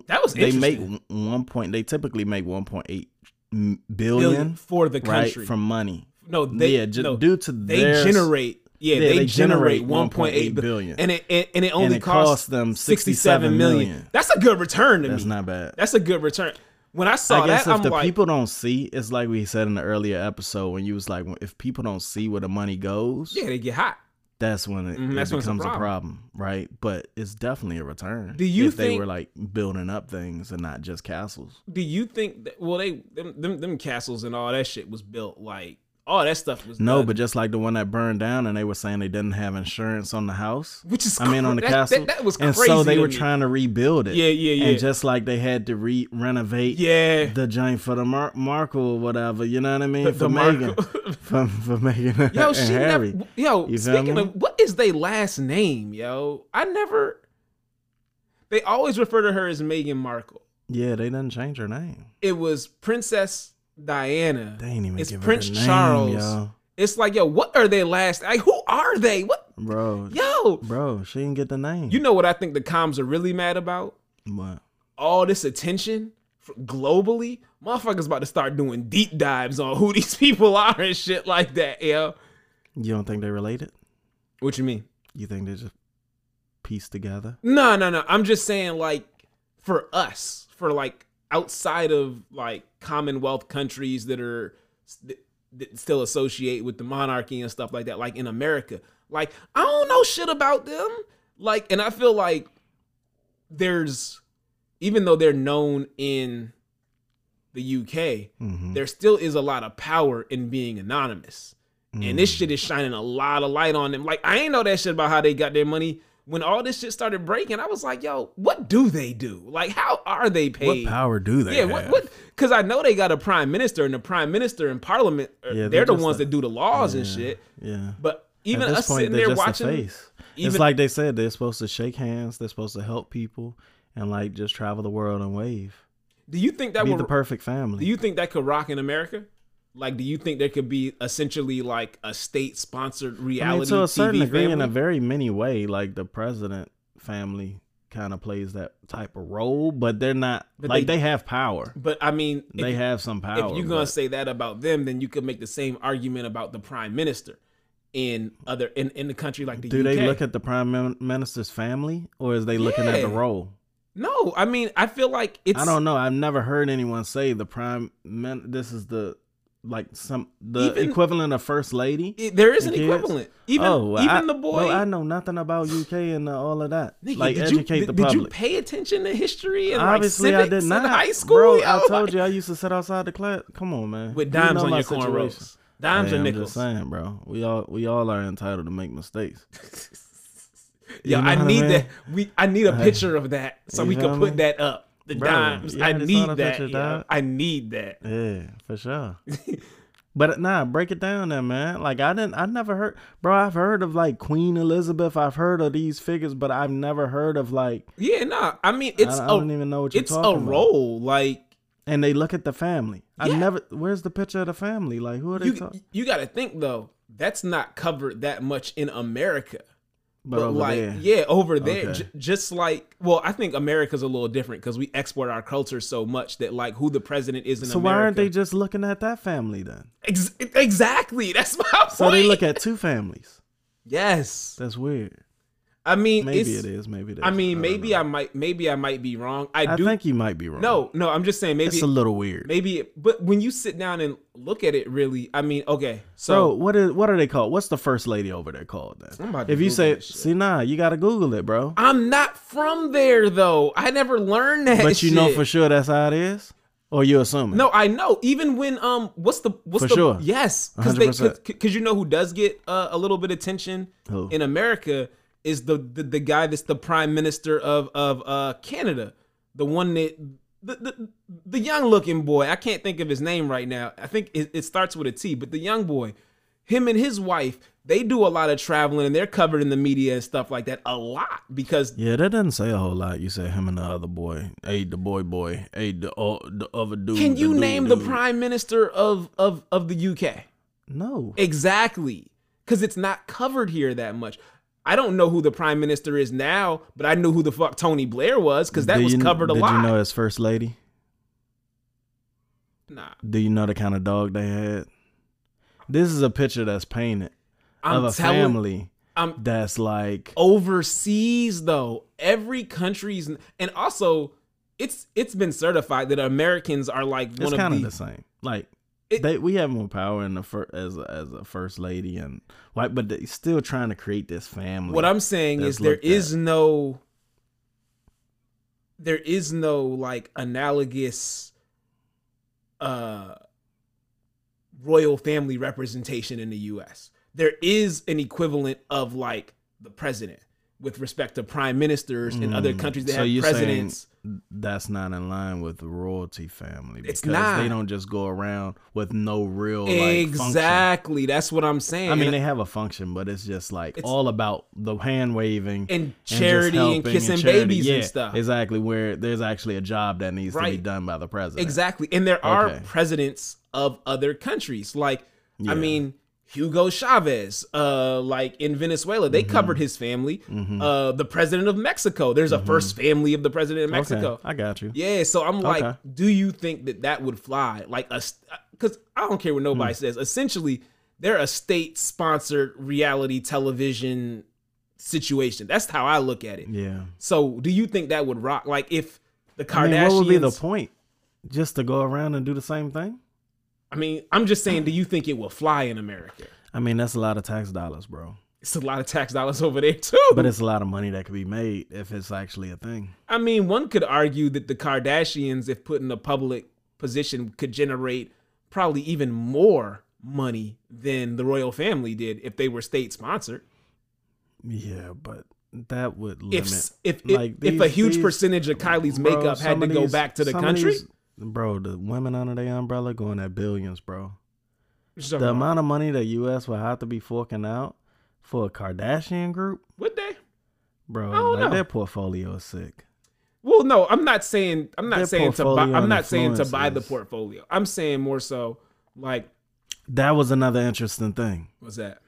Speaker 3: that was
Speaker 2: they
Speaker 3: interesting.
Speaker 2: make w- one point. They typically make one point eight billion,
Speaker 3: Billion
Speaker 2: billion
Speaker 3: for the
Speaker 2: right
Speaker 3: country.
Speaker 2: from money.
Speaker 3: no, they
Speaker 2: yeah, ju-
Speaker 3: no,
Speaker 2: due to
Speaker 3: they
Speaker 2: their
Speaker 3: generate. Yeah,
Speaker 2: Yeah,
Speaker 3: they,
Speaker 2: they
Speaker 3: generate
Speaker 2: generate
Speaker 3: 1.8
Speaker 2: 1.8
Speaker 3: billion,
Speaker 2: billion.
Speaker 3: and it and, and it only
Speaker 2: it
Speaker 3: costs,
Speaker 2: cost them
Speaker 3: 67
Speaker 2: 67
Speaker 3: million.
Speaker 2: million.
Speaker 3: That's a good return to
Speaker 2: That's
Speaker 3: me.
Speaker 2: not bad.
Speaker 3: That's a good return. When I saw
Speaker 2: I guess
Speaker 3: that,
Speaker 2: if
Speaker 3: I'm
Speaker 2: the
Speaker 3: like,
Speaker 2: people don't see, it's like we said in the earlier episode when you was like, if people don't see where the money goes,
Speaker 3: yeah, they get hot.
Speaker 2: that's when it,
Speaker 3: Mhm,
Speaker 2: it
Speaker 3: that's when it's a
Speaker 2: becomes a
Speaker 3: problem.
Speaker 2: problem. right? But it's definitely a return.
Speaker 3: Do you
Speaker 2: if they
Speaker 3: think-
Speaker 2: were like building up things and not just castles?
Speaker 3: Do you think that? Well, they them them, them castles and all that shit was built like all that stuff was
Speaker 2: No,
Speaker 3: done,
Speaker 2: but just like the one that burned down, and they were saying they didn't have insurance on the house.
Speaker 3: which is
Speaker 2: I mean, on the
Speaker 3: cra- that,
Speaker 2: castle,
Speaker 3: that, that was
Speaker 2: and
Speaker 3: crazy.
Speaker 2: so they
Speaker 3: to
Speaker 2: were
Speaker 3: me.
Speaker 2: trying to rebuild it.
Speaker 3: Yeah, yeah, yeah.
Speaker 2: And just like they had to re renovate,
Speaker 3: Yeah.
Speaker 2: the joint for the Mar- Markle or whatever. You know what I mean?
Speaker 3: The-
Speaker 2: for
Speaker 3: the
Speaker 2: Megan,
Speaker 3: Markle.
Speaker 2: for, for Megan
Speaker 3: yo,
Speaker 2: and
Speaker 3: she
Speaker 2: Harry.
Speaker 3: never. Yo,
Speaker 2: You feel
Speaker 3: speaking
Speaker 2: me?
Speaker 3: of what is they last name, yo? I never. They always refer to her as Meghan Markle.
Speaker 2: yeah, they didn't change her name.
Speaker 3: It was Princess Diana.
Speaker 2: They ain't even
Speaker 3: It's
Speaker 2: give
Speaker 3: Prince
Speaker 2: her the name,
Speaker 3: Charles.
Speaker 2: yo.
Speaker 3: It's like, yo, what are they last? Like, who are they? What,
Speaker 2: bro.
Speaker 3: yo?
Speaker 2: Bro, she didn't get the name.
Speaker 3: You know what I think the comms are really mad about?
Speaker 2: What?
Speaker 3: all this attention f- globally, motherfuckers about to start doing deep dives on who these people are and shit like that, yo.
Speaker 2: You don't think they related?
Speaker 3: What you mean?
Speaker 2: You think they just pieced together?
Speaker 3: No, no, no. I'm just saying, like, for us, for like outside of like Commonwealth countries that are that, that still associate with the monarchy and stuff like that, like in America, like I don't know shit about them. Like, and I feel like there's, even though they're known in the UK,
Speaker 2: Mm-hmm.
Speaker 3: there still is a lot of power in being anonymous.
Speaker 2: Mm-hmm. Mm.
Speaker 3: And this shit is shining a lot of light on them. Like, I ain't know that shit about how they got their money. When all this shit started breaking, I was like, yo, what do they do? Like, how are they
Speaker 2: What
Speaker 3: paid?
Speaker 2: power do they
Speaker 3: yeah,
Speaker 2: have?
Speaker 3: what? what? Because I know they got a prime minister, and the prime minister and parliament, are-
Speaker 2: Yeah,
Speaker 3: they're,
Speaker 2: they're
Speaker 3: the
Speaker 2: just
Speaker 3: ones
Speaker 2: a-
Speaker 3: that do the laws and
Speaker 2: yeah,
Speaker 3: shit.
Speaker 2: Yeah.
Speaker 3: But even
Speaker 2: At this
Speaker 3: us
Speaker 2: point,
Speaker 3: sitting
Speaker 2: they're
Speaker 3: there
Speaker 2: just a
Speaker 3: watching,
Speaker 2: face. it's
Speaker 3: even-
Speaker 2: like they said they're supposed to shake hands, they're supposed to help people, and like just travel the world and wave.
Speaker 3: do you think that
Speaker 2: Be
Speaker 3: would
Speaker 2: the perfect family.
Speaker 3: Do you think that could rock in America? Like, do you think there could be essentially like a state-sponsored
Speaker 2: I
Speaker 3: reality
Speaker 2: mean, to a certain
Speaker 3: TV
Speaker 2: degree, in
Speaker 3: family?
Speaker 2: a very many way, like the president family kind of plays that type of role, but they're not
Speaker 3: But
Speaker 2: like
Speaker 3: they-
Speaker 2: they, have power.
Speaker 3: But I mean, if,
Speaker 2: They have some
Speaker 3: if
Speaker 2: power.
Speaker 3: you're gonna
Speaker 2: but-
Speaker 3: say that about them, then you could make the same argument about the prime minister in other in, in the country like the
Speaker 2: Do
Speaker 3: UK.
Speaker 2: they look at the prime min- minister's family, or is they looking at the
Speaker 3: Yeah.
Speaker 2: role?
Speaker 3: no, I mean, I feel like it's
Speaker 2: I don't know. I've never heard anyone say the prime min. This is the like some the
Speaker 3: Even-
Speaker 2: equivalent of first lady.
Speaker 3: it- there is an
Speaker 2: the kids?
Speaker 3: equivalent. Even
Speaker 2: Oh, well,
Speaker 3: even
Speaker 2: I-
Speaker 3: the boy.
Speaker 2: Bro, I know nothing about UK and uh, all of that.
Speaker 3: Nigga,
Speaker 2: like
Speaker 3: did
Speaker 2: educate
Speaker 3: you,
Speaker 2: the
Speaker 3: did, did
Speaker 2: public.
Speaker 3: you pay attention to history and
Speaker 2: Obviously,
Speaker 3: like
Speaker 2: I
Speaker 3: civics
Speaker 2: did not.
Speaker 3: in high school?
Speaker 2: bro.
Speaker 3: Yo,
Speaker 2: I told
Speaker 3: like,
Speaker 2: you I used to sit outside the class. Come on, man.
Speaker 3: with
Speaker 2: You
Speaker 3: dimes
Speaker 2: know
Speaker 3: on
Speaker 2: my
Speaker 3: your
Speaker 2: situation.
Speaker 3: cornrows, dimes
Speaker 2: Hey,
Speaker 3: and
Speaker 2: I'm
Speaker 3: nickels.
Speaker 2: just saying, bro. We all we all are entitled to make mistakes. You
Speaker 3: Yo,
Speaker 2: know
Speaker 3: I
Speaker 2: what I
Speaker 3: need
Speaker 2: mean?
Speaker 3: that. We I need a
Speaker 2: Hey.
Speaker 3: picture of that so
Speaker 2: You
Speaker 3: we
Speaker 2: feel
Speaker 3: can
Speaker 2: me?
Speaker 3: put that up. The
Speaker 2: Bro,
Speaker 3: dimes.
Speaker 2: you
Speaker 3: I
Speaker 2: already saw
Speaker 3: need
Speaker 2: the
Speaker 3: that.
Speaker 2: picture,
Speaker 3: yo.
Speaker 2: dog.
Speaker 3: I need that.
Speaker 2: Yeah, for sure. But nah, break it down then, man. Like I didn't I never heard bro, I've heard of like Queen Elizabeth, I've heard of these figures, but I've never heard of like
Speaker 3: Yeah, nah. I mean, it's
Speaker 2: I,
Speaker 3: a
Speaker 2: I don't even know what you're
Speaker 3: it's a
Speaker 2: talking about.
Speaker 3: role. Like
Speaker 2: And they look at the family. I
Speaker 3: Yeah.
Speaker 2: never where's the picture of the family? Like who are they
Speaker 3: you
Speaker 2: talking
Speaker 3: you got to think though. That's not covered that much in America.
Speaker 2: but
Speaker 3: But
Speaker 2: over
Speaker 3: like,
Speaker 2: there.
Speaker 3: yeah, over there,
Speaker 2: Okay.
Speaker 3: j- just like, well, I think America's a little different because we export our culture so much that like, who the president is in
Speaker 2: So why
Speaker 3: America.
Speaker 2: aren't they just looking at that family then?
Speaker 3: Ex- exactly? That's my point.
Speaker 2: So they look at two families.
Speaker 3: yes.
Speaker 2: That's weird.
Speaker 3: I mean,
Speaker 2: Maybe it
Speaker 3: it's,
Speaker 2: is. Maybe it is.
Speaker 3: I mean,
Speaker 2: don't
Speaker 3: maybe
Speaker 2: know.
Speaker 3: I might, maybe I might be wrong. I,
Speaker 2: I
Speaker 3: do.
Speaker 2: think you might be wrong.
Speaker 3: no, no, I'm just saying maybe,
Speaker 2: it's a little weird.
Speaker 3: maybe. It, but when you sit down and look at it, really, I mean, okay,
Speaker 2: Bro,
Speaker 3: so
Speaker 2: what is what are they called? What's the first lady over there called then?
Speaker 3: I'm about to
Speaker 2: if you
Speaker 3: Google
Speaker 2: say
Speaker 3: this shit.
Speaker 2: see nah, you gotta Google it, bro.
Speaker 3: I'm not from there though. I never learned that.
Speaker 2: But you know
Speaker 3: shit.
Speaker 2: for sure that's how it is? Or you assuming?
Speaker 3: No, I know. Even when um, what's the what's
Speaker 2: For
Speaker 3: the
Speaker 2: sure.
Speaker 3: yes? Because they
Speaker 2: 100%.
Speaker 3: because you know who does get uh, a little bit of tension
Speaker 2: Who?
Speaker 3: in America is the, the the guy that's the prime minister of of uh Canada, the one that the the, the young looking boy. I can't think of his name right now. I think it, it starts with a T, but the young boy, him and his wife. They do a lot of traveling and they're covered in the media and stuff like that a lot because
Speaker 2: Yeah, that doesn't say a whole lot. You said him and the other boy. Hey, the boy boy. Hey, the, uh, the other dude.
Speaker 3: can
Speaker 2: the
Speaker 3: you
Speaker 2: dude,
Speaker 3: name the
Speaker 2: dude.
Speaker 3: prime minister of of of the UK?
Speaker 2: No.
Speaker 3: Exactly. Because it's not covered here that much. I don't know who the prime minister is now, but I knew who the fuck Tony Blair was because that
Speaker 2: Do
Speaker 3: was
Speaker 2: you-
Speaker 3: covered a
Speaker 2: did
Speaker 3: lot.
Speaker 2: you know his first lady?
Speaker 3: nah,
Speaker 2: Do you know the kind of dog they had? This is a picture that's painted
Speaker 3: I'm
Speaker 2: of a
Speaker 3: telling. Oh,
Speaker 2: family
Speaker 3: I'm
Speaker 2: that's like
Speaker 3: overseas though. Every country's and also it's it's been certified that Americans are like
Speaker 2: it's
Speaker 3: one of
Speaker 2: kind
Speaker 3: the,
Speaker 2: of the same. Like
Speaker 3: It-
Speaker 2: they, we have more power in the fir- as a, as a first lady and like, but they still trying to create this family.
Speaker 3: What I'm saying
Speaker 2: that's
Speaker 3: is there
Speaker 2: looked at.
Speaker 3: is no there is no like analogous uh royal family representation in the US. There is an equivalent of like the president with respect to prime ministers in other
Speaker 2: Mm,
Speaker 3: countries that
Speaker 2: so
Speaker 3: have
Speaker 2: you're
Speaker 3: presidents.
Speaker 2: saying that's not in line with the royalty family.
Speaker 3: It's
Speaker 2: because
Speaker 3: not.
Speaker 2: They don't just go around with no real like, function.
Speaker 3: exactly. That's what I'm saying.
Speaker 2: I mean,
Speaker 3: And-
Speaker 2: they have a function, but it's just like
Speaker 3: It's-
Speaker 2: all about the hand waving
Speaker 3: and
Speaker 2: just
Speaker 3: charity and,
Speaker 2: helping
Speaker 3: kissing
Speaker 2: charity.
Speaker 3: babies
Speaker 2: Yeah,
Speaker 3: and stuff.
Speaker 2: Exactly, where there's actually a job that needs to be
Speaker 3: Right.
Speaker 2: done by the president.
Speaker 3: Exactly. And there are
Speaker 2: Okay.
Speaker 3: presidents of other countries. Like,
Speaker 2: Yeah.
Speaker 3: I mean, Hugo Chavez, uh, like in Venezuela,
Speaker 2: Mm-hmm.
Speaker 3: they covered his family. Uh, the president of Mexico, there's a first family of the president of Mexico.
Speaker 2: Mm-hmm. Okay, I got you.
Speaker 3: Yeah, so I'm like,
Speaker 2: Okay.
Speaker 3: do you think that that would fly? Like a, because I don't care what nobody
Speaker 2: Hmm.
Speaker 3: says. Essentially, they're a state-sponsored reality television situation. That's how I look at it.
Speaker 2: Yeah.
Speaker 3: So, do you think that would rock? Like, if the Kardashians,
Speaker 2: I mean, what would be the point? Just to go around and do the same thing?
Speaker 3: I mean, I'm just saying, do you think it will fly in America?
Speaker 2: I mean, that's a lot of tax dollars, bro.
Speaker 3: It's a lot of tax dollars over there too.
Speaker 2: But it's a lot of money that could be made if it's actually a thing.
Speaker 3: I mean, one could argue that the Kardashians, if put in a public position, could generate probably even more money than the royal family did if they were state sponsored.
Speaker 2: Yeah, but that would limit.
Speaker 3: If s- if if, if a
Speaker 2: these-
Speaker 3: huge
Speaker 2: these-
Speaker 3: percentage of Kylie's
Speaker 2: bro,
Speaker 3: makeup had
Speaker 2: some
Speaker 3: to
Speaker 2: of
Speaker 3: go
Speaker 2: these-
Speaker 3: back to the
Speaker 2: some of
Speaker 3: country,
Speaker 2: these- bro, the women under their umbrella going at billions, bro.
Speaker 3: Just
Speaker 2: The
Speaker 3: talking about-
Speaker 2: amount of money the U.S. would have to be forking out for a Kardashian group,
Speaker 3: would they?
Speaker 2: bro,
Speaker 3: don't
Speaker 2: like
Speaker 3: know.
Speaker 2: their portfolio is sick.
Speaker 3: Well, no, I'm not saying I'm
Speaker 2: Their
Speaker 3: not saying to buy,
Speaker 2: portfolio
Speaker 3: I'm
Speaker 2: and
Speaker 3: not saying to buy the
Speaker 2: influences.
Speaker 3: portfolio. I'm saying more so like
Speaker 2: That was another interesting thing
Speaker 3: what's that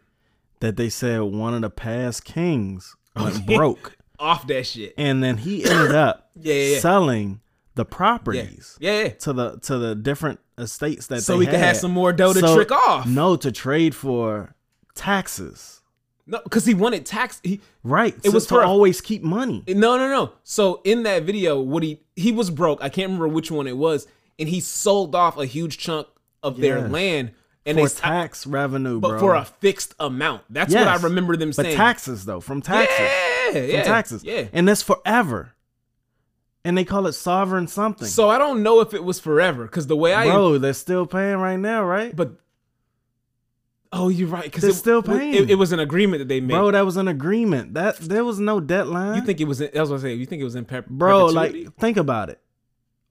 Speaker 2: that they said one of the past kings went
Speaker 3: Okay.
Speaker 2: broke,
Speaker 3: off that shit.
Speaker 2: and then he ended up
Speaker 3: Yeah, yeah, yeah.
Speaker 2: selling the
Speaker 3: Yeah.
Speaker 2: properties.
Speaker 3: yeah, yeah.
Speaker 2: to the to the different estates that
Speaker 3: So
Speaker 2: they
Speaker 3: he could have
Speaker 2: had.
Speaker 3: some more dough to trick off.
Speaker 2: No, to trade for taxes.
Speaker 3: No, because he wanted tax. He,
Speaker 2: Right.
Speaker 3: It
Speaker 2: to-
Speaker 3: was
Speaker 2: to
Speaker 3: for a-
Speaker 2: always keep money.
Speaker 3: no, no, no. So in that video, what he he was broke. I can't remember which one it was, and he sold off a huge chunk of their
Speaker 2: Yes.
Speaker 3: land, and
Speaker 2: for
Speaker 3: they
Speaker 2: tax revenue,
Speaker 3: but
Speaker 2: bro.
Speaker 3: for a fixed amount. That's what
Speaker 2: Yes.
Speaker 3: I remember them
Speaker 2: but
Speaker 3: saying.
Speaker 2: taxes though, from taxes,
Speaker 3: yeah,
Speaker 2: from
Speaker 3: yeah,
Speaker 2: taxes,
Speaker 3: yeah.
Speaker 2: and that's forever. And they call it sovereign something.
Speaker 3: So I don't know if it was forever, because the way I
Speaker 2: bro, they're still paying right now, right?
Speaker 3: but oh, you're right, because
Speaker 2: They're
Speaker 3: it
Speaker 2: still
Speaker 3: w-
Speaker 2: paying.
Speaker 3: It, it was an agreement that they made.
Speaker 2: bro, that was an agreement. That there was no deadline.
Speaker 3: you think it was? In, that's what I say. You think it was in pep-
Speaker 2: bro?
Speaker 3: perpetuity?
Speaker 2: Like, think about it.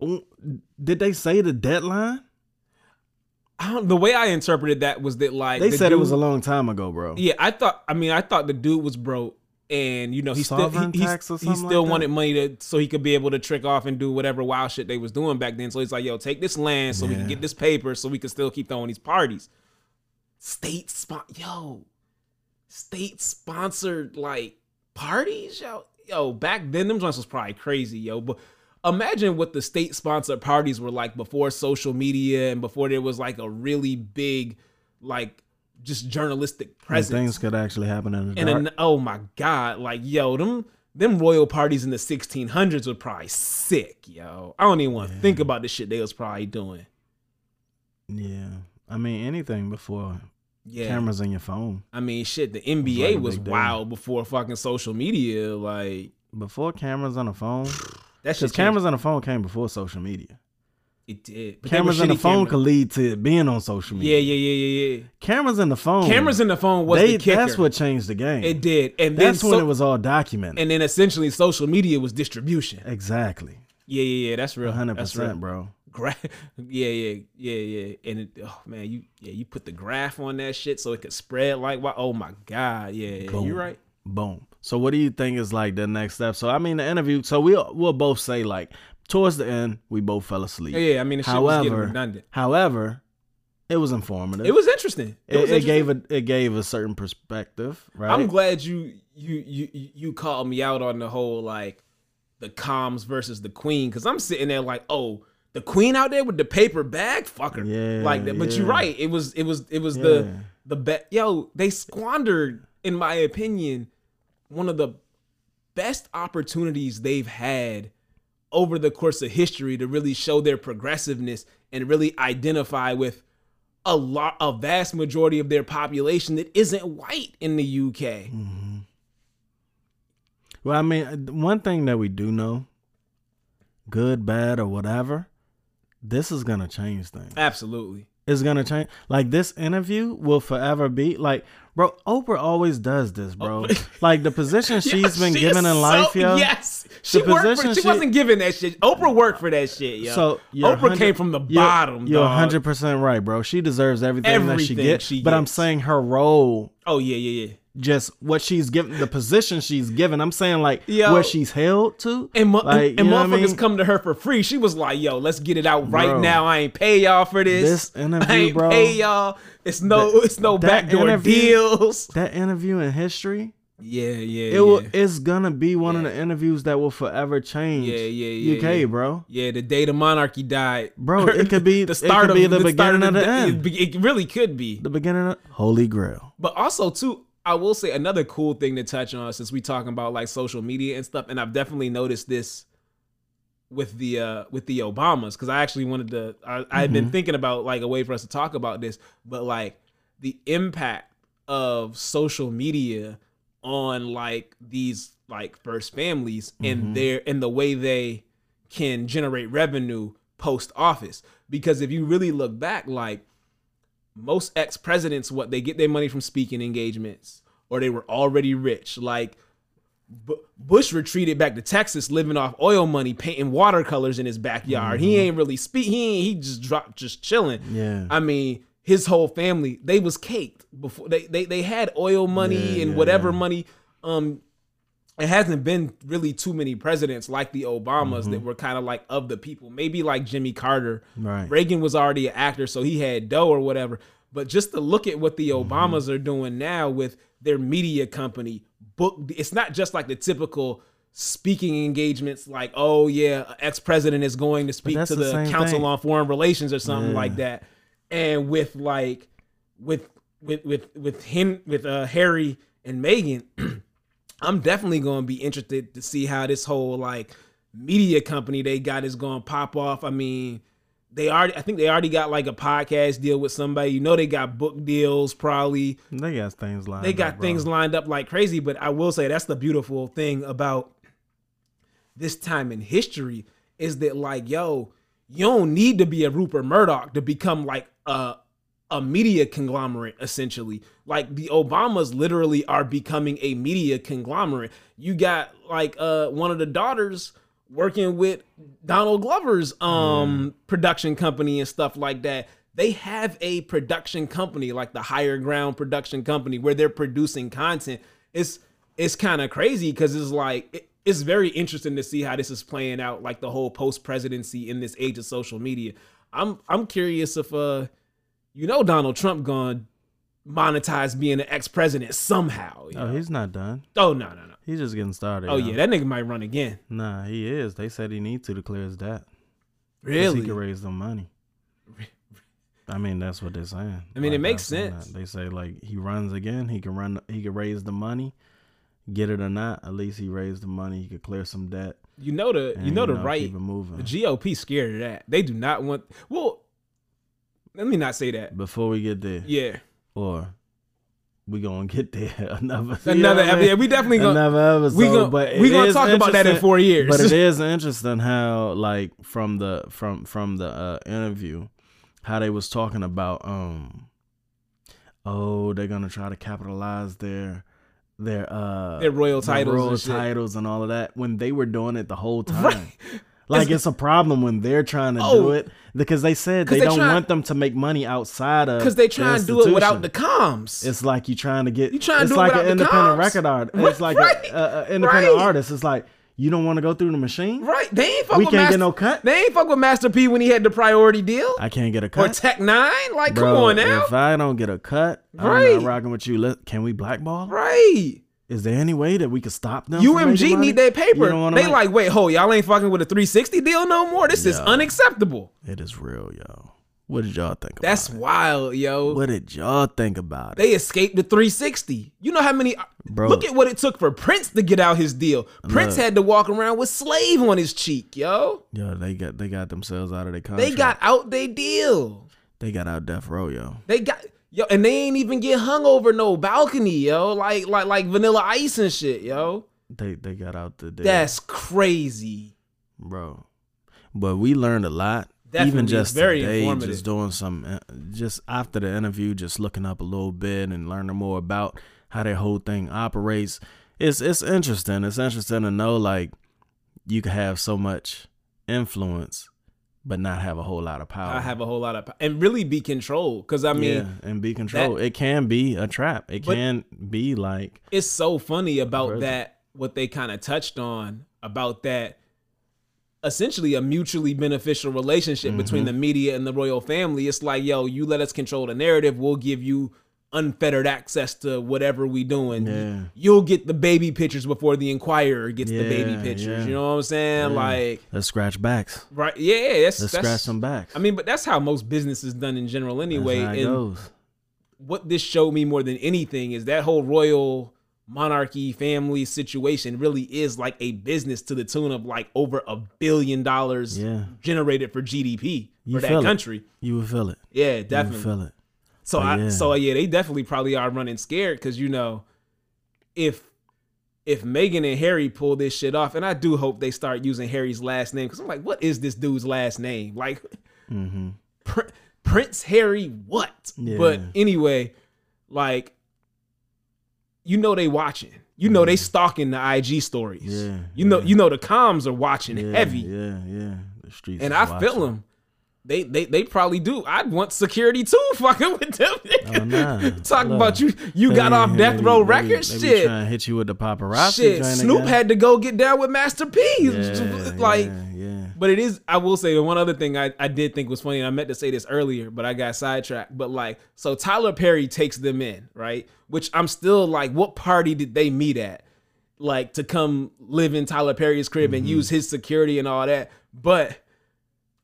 Speaker 2: W- Did they say the deadline?
Speaker 3: I don't, the way I interpreted that was that like
Speaker 2: They
Speaker 3: the
Speaker 2: said it was a
Speaker 3: dude-
Speaker 2: long time ago, bro.
Speaker 3: Yeah, I thought. I mean, I thought the dude was broke, and you know he still he,
Speaker 2: Sovereign
Speaker 3: he,
Speaker 2: tax or
Speaker 3: he
Speaker 2: something
Speaker 3: still
Speaker 2: like that?
Speaker 3: wanted money to so he could be able to trick off and do whatever wild shit they was doing back then. So he's like, "Yo, take this land so we can
Speaker 2: Yeah.
Speaker 3: get this paper so we can still keep throwing these parties." State spot, yo, state sponsored like parties, yo, yo. Back then, them joints was probably crazy, yo, but. Imagine what the state sponsored parties were like before social media and before there was like a really big, like just journalistic
Speaker 2: And
Speaker 3: presence
Speaker 2: Things could actually happen in the
Speaker 3: and
Speaker 2: dark.
Speaker 3: then oh my god, like yo, them them royal parties in the 1600s were probably sick, yo. I don't even want to think about the shit they was probably doing.
Speaker 2: yeah. I mean, anything before
Speaker 3: Yeah,
Speaker 2: cameras in your phone.
Speaker 3: I mean, shit, the NBA
Speaker 2: like a
Speaker 3: was
Speaker 2: big deal.
Speaker 3: wild before fucking social media. Like
Speaker 2: Before cameras on a phone,
Speaker 3: that
Speaker 2: because
Speaker 3: shit,
Speaker 2: cameras on a phone came before social media.
Speaker 3: changed- it did. But they
Speaker 2: Cameras
Speaker 3: were
Speaker 2: in the
Speaker 3: shitty
Speaker 2: phone
Speaker 3: cameras.
Speaker 2: could lead to it being on social media.
Speaker 3: yeah, yeah, yeah, yeah, yeah.
Speaker 2: Cameras in the phone.
Speaker 3: Cameras in the phone was
Speaker 2: Oh. they,
Speaker 3: the kicker.
Speaker 2: That's what changed the game.
Speaker 3: it did, and then
Speaker 2: that's when
Speaker 3: so-
Speaker 2: it was all documented.
Speaker 3: And then essentially, social media was distribution.
Speaker 2: exactly.
Speaker 3: Yeah, yeah, yeah. That's real.
Speaker 2: hundred
Speaker 3: That's real.
Speaker 2: percent, bro.
Speaker 3: graph. Yeah, yeah, yeah, yeah. And it, oh man, you yeah, you put the graph on that shit so it could spread like why? Oh my god, yeah, yeah
Speaker 2: Boom.
Speaker 3: you right.
Speaker 2: Boom. So what do you think is like the next step? So I mean the interview. So we will we'll both say like towards the end we both fell asleep.
Speaker 3: Yeah, yeah. I mean, the shit was getting
Speaker 2: however,
Speaker 3: redundant.
Speaker 2: however, it was informative.
Speaker 3: It was interesting. It,
Speaker 2: It,
Speaker 3: was
Speaker 2: it
Speaker 3: interesting.
Speaker 2: gave a it gave a certain perspective, right?
Speaker 3: I'm glad you you you you called me out on the whole like the comms versus the queen because I'm sitting there like oh. The queen out there with the paper bag, fucker,
Speaker 2: Yeah,
Speaker 3: like that. But you're
Speaker 2: yeah.
Speaker 3: right. It was, it was, it was the
Speaker 2: Yeah.
Speaker 3: the bet. Yo, they squandered, in my opinion, one of the best opportunities they've had over the course of history to really show their progressiveness and really identify with a lot a vast majority of their population that isn't white in the UK.
Speaker 2: Mm. Well, I mean, one thing that we do know, good, bad, or whatever, this is gonna change things.
Speaker 3: Absolutely.
Speaker 2: It's gonna change. Like this interview will forever be like, bro. Oprah always does this, bro.
Speaker 3: Oh,
Speaker 2: like the position she's
Speaker 3: She's
Speaker 2: been given in life, yo.
Speaker 3: Yes. She
Speaker 2: The
Speaker 3: worked for,
Speaker 2: position
Speaker 3: she,
Speaker 2: she-
Speaker 3: wasn't given that shit. Oprah worked for that shit, yo.
Speaker 2: So you're
Speaker 3: Oprah
Speaker 2: 100
Speaker 3: came from the
Speaker 2: you're-
Speaker 3: bottom,
Speaker 2: You're
Speaker 3: dog.
Speaker 2: 100 percent right, bro. She deserves everything, that she
Speaker 3: Everything
Speaker 2: gets.
Speaker 3: she
Speaker 2: But I'm
Speaker 3: gets.
Speaker 2: saying her role,
Speaker 3: Oh yeah, yeah, yeah.
Speaker 2: just what she's given, the position she's given. I'm saying like
Speaker 3: Yo.
Speaker 2: where she's held to,
Speaker 3: And, mo-
Speaker 2: like,
Speaker 3: and, and
Speaker 2: you know what I
Speaker 3: motherfuckers
Speaker 2: mean?
Speaker 3: come to her for free. She was like, "Yo, let's get it out right
Speaker 2: Bro.
Speaker 3: now. I ain't pay y'all for this.
Speaker 2: This interview,
Speaker 3: I ain't
Speaker 2: bro.
Speaker 3: pay y'all. It's no,
Speaker 2: That-
Speaker 3: it's no
Speaker 2: that
Speaker 3: backdoor
Speaker 2: interview-
Speaker 3: deals.
Speaker 2: That interview in history.
Speaker 3: Yeah, yeah,
Speaker 2: It
Speaker 3: yeah.
Speaker 2: will. It's gonna be one of the interviews that will forever change.
Speaker 3: Yeah, yeah, yeah,
Speaker 2: UK,
Speaker 3: yeah.
Speaker 2: bro.
Speaker 3: yeah, the day the monarchy died,
Speaker 2: Bro, it could be- it could be the
Speaker 3: start
Speaker 2: beginning of the
Speaker 3: it
Speaker 2: end.
Speaker 3: be- It, really could be.
Speaker 2: The beginning of Holy Grail.
Speaker 3: But also too, I will say another cool thing to touch on since we talking about like social media and stuff, and I've definitely noticed this with the uh with the Obamas because I actually wanted to. I, I had been thinking about like a way for us to talk about this, but like the impact of social media on like these like first families and their and the way they can generate revenue post office because if you really look back like most ex presidents what they get their money from speaking engagements or they were already rich like B- Bush retreated back to Texas, living off oil money, painting watercolors in his backyard. He ain't really speak. He ain't, he just dropped, just chilling.
Speaker 2: Yeah.
Speaker 3: I mean, his whole family they was caked before they they, they had oil money
Speaker 2: Yeah,
Speaker 3: and
Speaker 2: yeah,
Speaker 3: whatever
Speaker 2: yeah.
Speaker 3: money. Um, it hasn't been really too many presidents like the Obamas
Speaker 2: Mm-hmm.
Speaker 3: that were kind of like of the people. Maybe like Jimmy Carter.
Speaker 2: Right.
Speaker 3: Reagan was already an actor, so he had dough or whatever. But just to look at what the
Speaker 2: Mm-hmm.
Speaker 3: Obamas are doing now with their media company, book it's not just like the typical speaking engagements like, oh yeah, ex president is going to speak
Speaker 2: that's
Speaker 3: to
Speaker 2: the
Speaker 3: the,
Speaker 2: same
Speaker 3: Council
Speaker 2: thing.
Speaker 3: on Foreign Relations or something
Speaker 2: Yeah.
Speaker 3: like that. And with like with with with with him with uh Harry and Megan, I'm definitely going to be interested to see how this whole like media company they got is going to pop off. I mean, they already I think they already got like a podcast deal with somebody. You know they got book deals probably.
Speaker 2: They got things lined.
Speaker 3: They got
Speaker 2: up, bro.
Speaker 3: things lined up like crazy, but I will say that's the beautiful thing about this time in history is that like yo, you don't need to be a Rupert Murdoch to become like a a media conglomerate essentially. Like the Obamas literally are becoming a media conglomerate. You got like uh one of the daughters working with Donald Glover's um production company and stuff like that. They have a production company like the Higher Ground Production Company where they're producing content. It's it's kind of crazy because it's like it- it's very interesting to see how this is playing out, like the whole post presidency in this age of social media. I'm I'm curious if uh you know Donald Trump gonna monetize being an ex president somehow. you
Speaker 2: Oh,
Speaker 3: know?
Speaker 2: he's not done.
Speaker 3: oh no no no.
Speaker 2: He's just getting started.
Speaker 3: Oh
Speaker 2: yo.
Speaker 3: yeah, that nigga might run again.
Speaker 2: Nah, he is. They said he needs to declare his debt. 'cause
Speaker 3: Really?
Speaker 2: He could raise the money. I mean, that's what they're saying.
Speaker 3: I mean, it
Speaker 2: Like,
Speaker 3: makes
Speaker 2: I've seen
Speaker 3: sense.
Speaker 2: that. They say like he runs again, he can run, he can raise the money, get it or not. At least he raised the money. He could clear some debt.
Speaker 3: You know the
Speaker 2: And,
Speaker 3: you know the right
Speaker 2: keep it moving.
Speaker 3: The GOP scared of that. They do not want. Well, let me not say that.
Speaker 2: Before we get there,
Speaker 3: Yeah,
Speaker 2: or we gonna get there another you know
Speaker 3: another.
Speaker 2: what I
Speaker 3: epi-
Speaker 2: mean?
Speaker 3: yeah, we definitely gonna.
Speaker 2: another episode.
Speaker 3: we gonna
Speaker 2: but it
Speaker 3: we gonna
Speaker 2: is
Speaker 3: talk about that in
Speaker 2: interesting-
Speaker 3: four years.
Speaker 2: But it is interesting how like from the from from the uh, interview, how they was talking about um, oh they're gonna try to capitalize their their uh
Speaker 3: Their royal titles
Speaker 2: royal
Speaker 3: and shit.
Speaker 2: titles and all of that when they were doing it the whole time.
Speaker 3: Right.
Speaker 2: Like it's, a problem when they're trying to
Speaker 3: Oh.
Speaker 2: do it because they said
Speaker 3: 'Cause
Speaker 2: they,
Speaker 3: they
Speaker 2: don't
Speaker 3: try-
Speaker 2: want them to make money outside of
Speaker 3: Because they
Speaker 2: uh, the
Speaker 3: try and do it without
Speaker 2: institution.
Speaker 3: the comms.
Speaker 2: It's like you trying to get.
Speaker 3: You trying to
Speaker 2: it's
Speaker 3: do it
Speaker 2: like
Speaker 3: without
Speaker 2: an
Speaker 3: the
Speaker 2: independent
Speaker 3: cops.
Speaker 2: record artist.
Speaker 3: Right,
Speaker 2: It's like
Speaker 3: right,
Speaker 2: an independent
Speaker 3: right.
Speaker 2: artist. It's like you don't want to go through the machine.
Speaker 3: right. They ain't fuck
Speaker 2: We
Speaker 3: with
Speaker 2: can't
Speaker 3: Master,
Speaker 2: get no cut?
Speaker 3: They ain't fuck with Master P when he had the priority deal
Speaker 2: I can't get a
Speaker 3: or
Speaker 2: cut.
Speaker 3: Tech Nine. Like,
Speaker 2: Bro,
Speaker 3: come on now.
Speaker 2: If I don't get a cut, I'm
Speaker 3: Right.
Speaker 2: not rocking with you. Let, can we blackball?
Speaker 3: right.
Speaker 2: Is there any way that we could stop them? from making
Speaker 3: UMG
Speaker 2: money?
Speaker 3: need their paper.
Speaker 2: You don't wanna
Speaker 3: They
Speaker 2: make-
Speaker 3: like, wait, ho, y'all ain't fucking with a 360 deal no more. This is
Speaker 2: Yeah.
Speaker 3: unacceptable.
Speaker 2: It is real, yo. What did y'all think?
Speaker 3: That's
Speaker 2: about
Speaker 3: wild, yo.
Speaker 2: it? what did y'all think about it?
Speaker 3: They escaped the 360. You know how many?
Speaker 2: Bro.
Speaker 3: Look at what it took for Prince to get out his deal. Prince
Speaker 2: Look.
Speaker 3: had to walk around with slave on his cheek, yo.
Speaker 2: Yo, they got they got themselves out of their contract.
Speaker 3: They got out they deal.
Speaker 2: they got out death row, yo.
Speaker 3: They got yo, and they ain't even get hung over no balcony, yo. Like like like vanilla ice and shit, yo.
Speaker 2: They they got out the deal.
Speaker 3: That's crazy.
Speaker 2: bro. But we learned a lot.
Speaker 3: Definitely,
Speaker 2: Even
Speaker 3: it's
Speaker 2: just
Speaker 3: very
Speaker 2: today,
Speaker 3: informative.
Speaker 2: just doing some, uh, just after the interview, just looking up a little bit and learning more about how that whole thing operates. It's it's interesting. It's interesting to know like you can have so much influence, but not have a whole lot of power.
Speaker 3: I have a whole lot of po- and really be controlled. Cause I mean,
Speaker 2: yeah, and be controlled. it can be a trap. It
Speaker 3: But-
Speaker 2: can be like
Speaker 3: it's so funny about
Speaker 2: Crazy.
Speaker 3: that what they kind of touched on about that essentially a mutually beneficial relationship
Speaker 2: Mm-hmm.
Speaker 3: between the media and the royal family it's like yo you let us control the narrative we'll give you unfettered access to whatever we doing
Speaker 2: Yeah.
Speaker 3: you'll get the baby pictures before the inquirer gets the baby
Speaker 2: Yeah,
Speaker 3: pictures
Speaker 2: yeah.
Speaker 3: you know what i'm saying like
Speaker 2: let's scratch backs.
Speaker 3: right yeah that's,
Speaker 2: Let's
Speaker 3: that's
Speaker 2: scratch some backs.
Speaker 3: i mean but that's how most business is done in general
Speaker 2: That's
Speaker 3: anyway
Speaker 2: how it
Speaker 3: and
Speaker 2: goes.
Speaker 3: what this showed me more than anything is that whole royal monarchy family situation really is like a business to the tune of like over a billion dollars
Speaker 2: Yeah.
Speaker 3: generated for GDP
Speaker 2: You
Speaker 3: for that
Speaker 2: feel it.
Speaker 3: country.
Speaker 2: You will feel it.
Speaker 3: Yeah,
Speaker 2: You will
Speaker 3: definitely.
Speaker 2: feel it.
Speaker 3: So
Speaker 2: but
Speaker 3: I
Speaker 2: yeah.
Speaker 3: so yeah, they definitely probably are running scared because you know if if Megan and Harry pull this shit off, and I do hope they start using Harry's last name because I'm like, what is this dude's last name? Like
Speaker 2: Mm-hmm.
Speaker 3: Pr- Prince Harry what?
Speaker 2: Yeah.
Speaker 3: But anyway, like you know they watching. You know they stalking the IG stories.
Speaker 2: Yeah,
Speaker 3: you know
Speaker 2: yeah.
Speaker 3: you know the comms are watching
Speaker 2: yeah,
Speaker 3: heavy.
Speaker 2: Yeah, yeah. The streets.
Speaker 3: And
Speaker 2: is
Speaker 3: I
Speaker 2: watching.
Speaker 3: feel them. They, they they probably do. I'd want security too fucking with them.
Speaker 2: Oh, nah.
Speaker 3: Talk
Speaker 2: Look,
Speaker 3: about you you got
Speaker 2: they-
Speaker 3: off
Speaker 2: they
Speaker 3: death
Speaker 2: be-
Speaker 3: row
Speaker 2: they be-
Speaker 3: records
Speaker 2: they be
Speaker 3: shit.
Speaker 2: tryna hit you with the paparazzi.
Speaker 3: Shit,
Speaker 2: joint
Speaker 3: Snoop
Speaker 2: again.
Speaker 3: had to go get down with Master P.
Speaker 2: Yeah,
Speaker 3: like
Speaker 2: yeah, yeah.
Speaker 3: but it is, I will say, the one other thing I, I did think was funny, and I meant to say this earlier, but I got sidetracked. But like, so Tyler Perry takes them in, right? Which I'm still like, what party did they meet at? Like to come live in Tyler Perry's crib
Speaker 2: Mm-hmm.
Speaker 3: and use his security and all that. But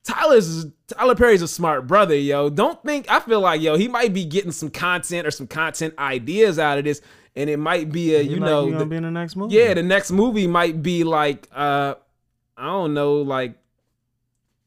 Speaker 3: Tyler's Tyler Perry's a smart brother, yo. Don't think I feel like yo, he might be getting some content or some content ideas out of this, and it might be a
Speaker 2: He
Speaker 3: you
Speaker 2: like,
Speaker 3: know
Speaker 2: you gonna
Speaker 3: the-
Speaker 2: be in the next movie.
Speaker 3: yeah, the next movie might be like uh I don't know, like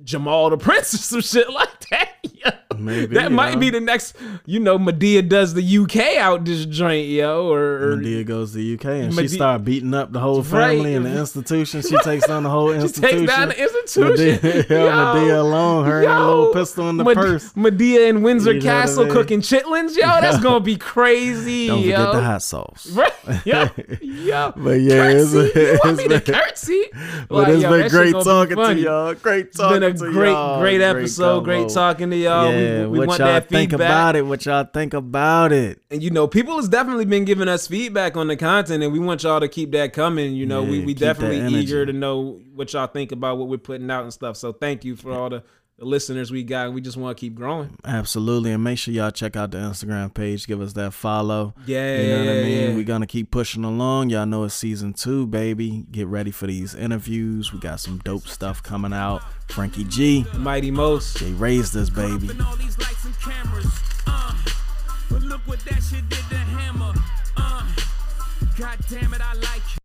Speaker 3: Jamal the Prince or some shit like that. Yo.
Speaker 2: Maybe,
Speaker 3: that might
Speaker 2: yo.
Speaker 3: be the next, you know, Medea does the UK out this joint, yo, or, or
Speaker 2: Medea goes to the UK and
Speaker 3: Medea-
Speaker 2: she started beating up the whole
Speaker 3: Right.
Speaker 2: family and the institution. She takes down the whole
Speaker 3: she takes
Speaker 2: institution.
Speaker 3: down the institution.
Speaker 2: Medea,
Speaker 3: Yo.
Speaker 2: Medea alone, her and her
Speaker 3: Yo.
Speaker 2: little pistol in the
Speaker 3: Mede-
Speaker 2: purse.
Speaker 3: Medea in Windsor
Speaker 2: You know what I
Speaker 3: Castle
Speaker 2: mean?
Speaker 3: cooking chitlins, yo. That's gonna be crazy,
Speaker 2: Don't
Speaker 3: yo.
Speaker 2: forget the hot sauce.
Speaker 3: Right, yo, yo.
Speaker 2: But yeah, it's-
Speaker 3: curtsy. you want
Speaker 2: it's
Speaker 3: me to
Speaker 2: been-
Speaker 3: curtsy?
Speaker 2: But
Speaker 3: Like,
Speaker 2: it's
Speaker 3: yo, that
Speaker 2: been
Speaker 3: shit
Speaker 2: great
Speaker 3: gonna be
Speaker 2: talking to
Speaker 3: funny.
Speaker 2: y'all. Great
Speaker 3: It's
Speaker 2: talking
Speaker 3: been a
Speaker 2: to
Speaker 3: great,
Speaker 2: y'all.
Speaker 3: great episode. Great,
Speaker 2: combo.
Speaker 3: talking to y'all.
Speaker 2: Yeah,
Speaker 3: we, we
Speaker 2: what
Speaker 3: want
Speaker 2: y'all
Speaker 3: that
Speaker 2: think
Speaker 3: feedback.
Speaker 2: about it? What y'all think about it?
Speaker 3: and you know, people has definitely been giving us feedback on the content, and we want y'all to keep that coming. You know, we
Speaker 2: Yeah,
Speaker 3: we
Speaker 2: keep that
Speaker 3: definitely
Speaker 2: energy.
Speaker 3: eager to know what y'all think about what we're putting out and stuff. So thank you for all the, the listeners we got. We just want to keep growing.
Speaker 2: Absolutely, and make sure y'all check out the Instagram page. Give us that follow.
Speaker 3: Yeah,
Speaker 2: you know
Speaker 3: yeah,
Speaker 2: what I mean.
Speaker 3: yeah.
Speaker 2: We're gonna keep pushing along. Y'all know it's season two, baby. Get ready for these interviews. We got some dope stuff coming out. Frankie G,
Speaker 3: Mighty most.
Speaker 2: they raised us, baby.
Speaker 4: and all these lights and cameras. Uh, but look what that shit did to Hammer. Uh, God damn it, I like you.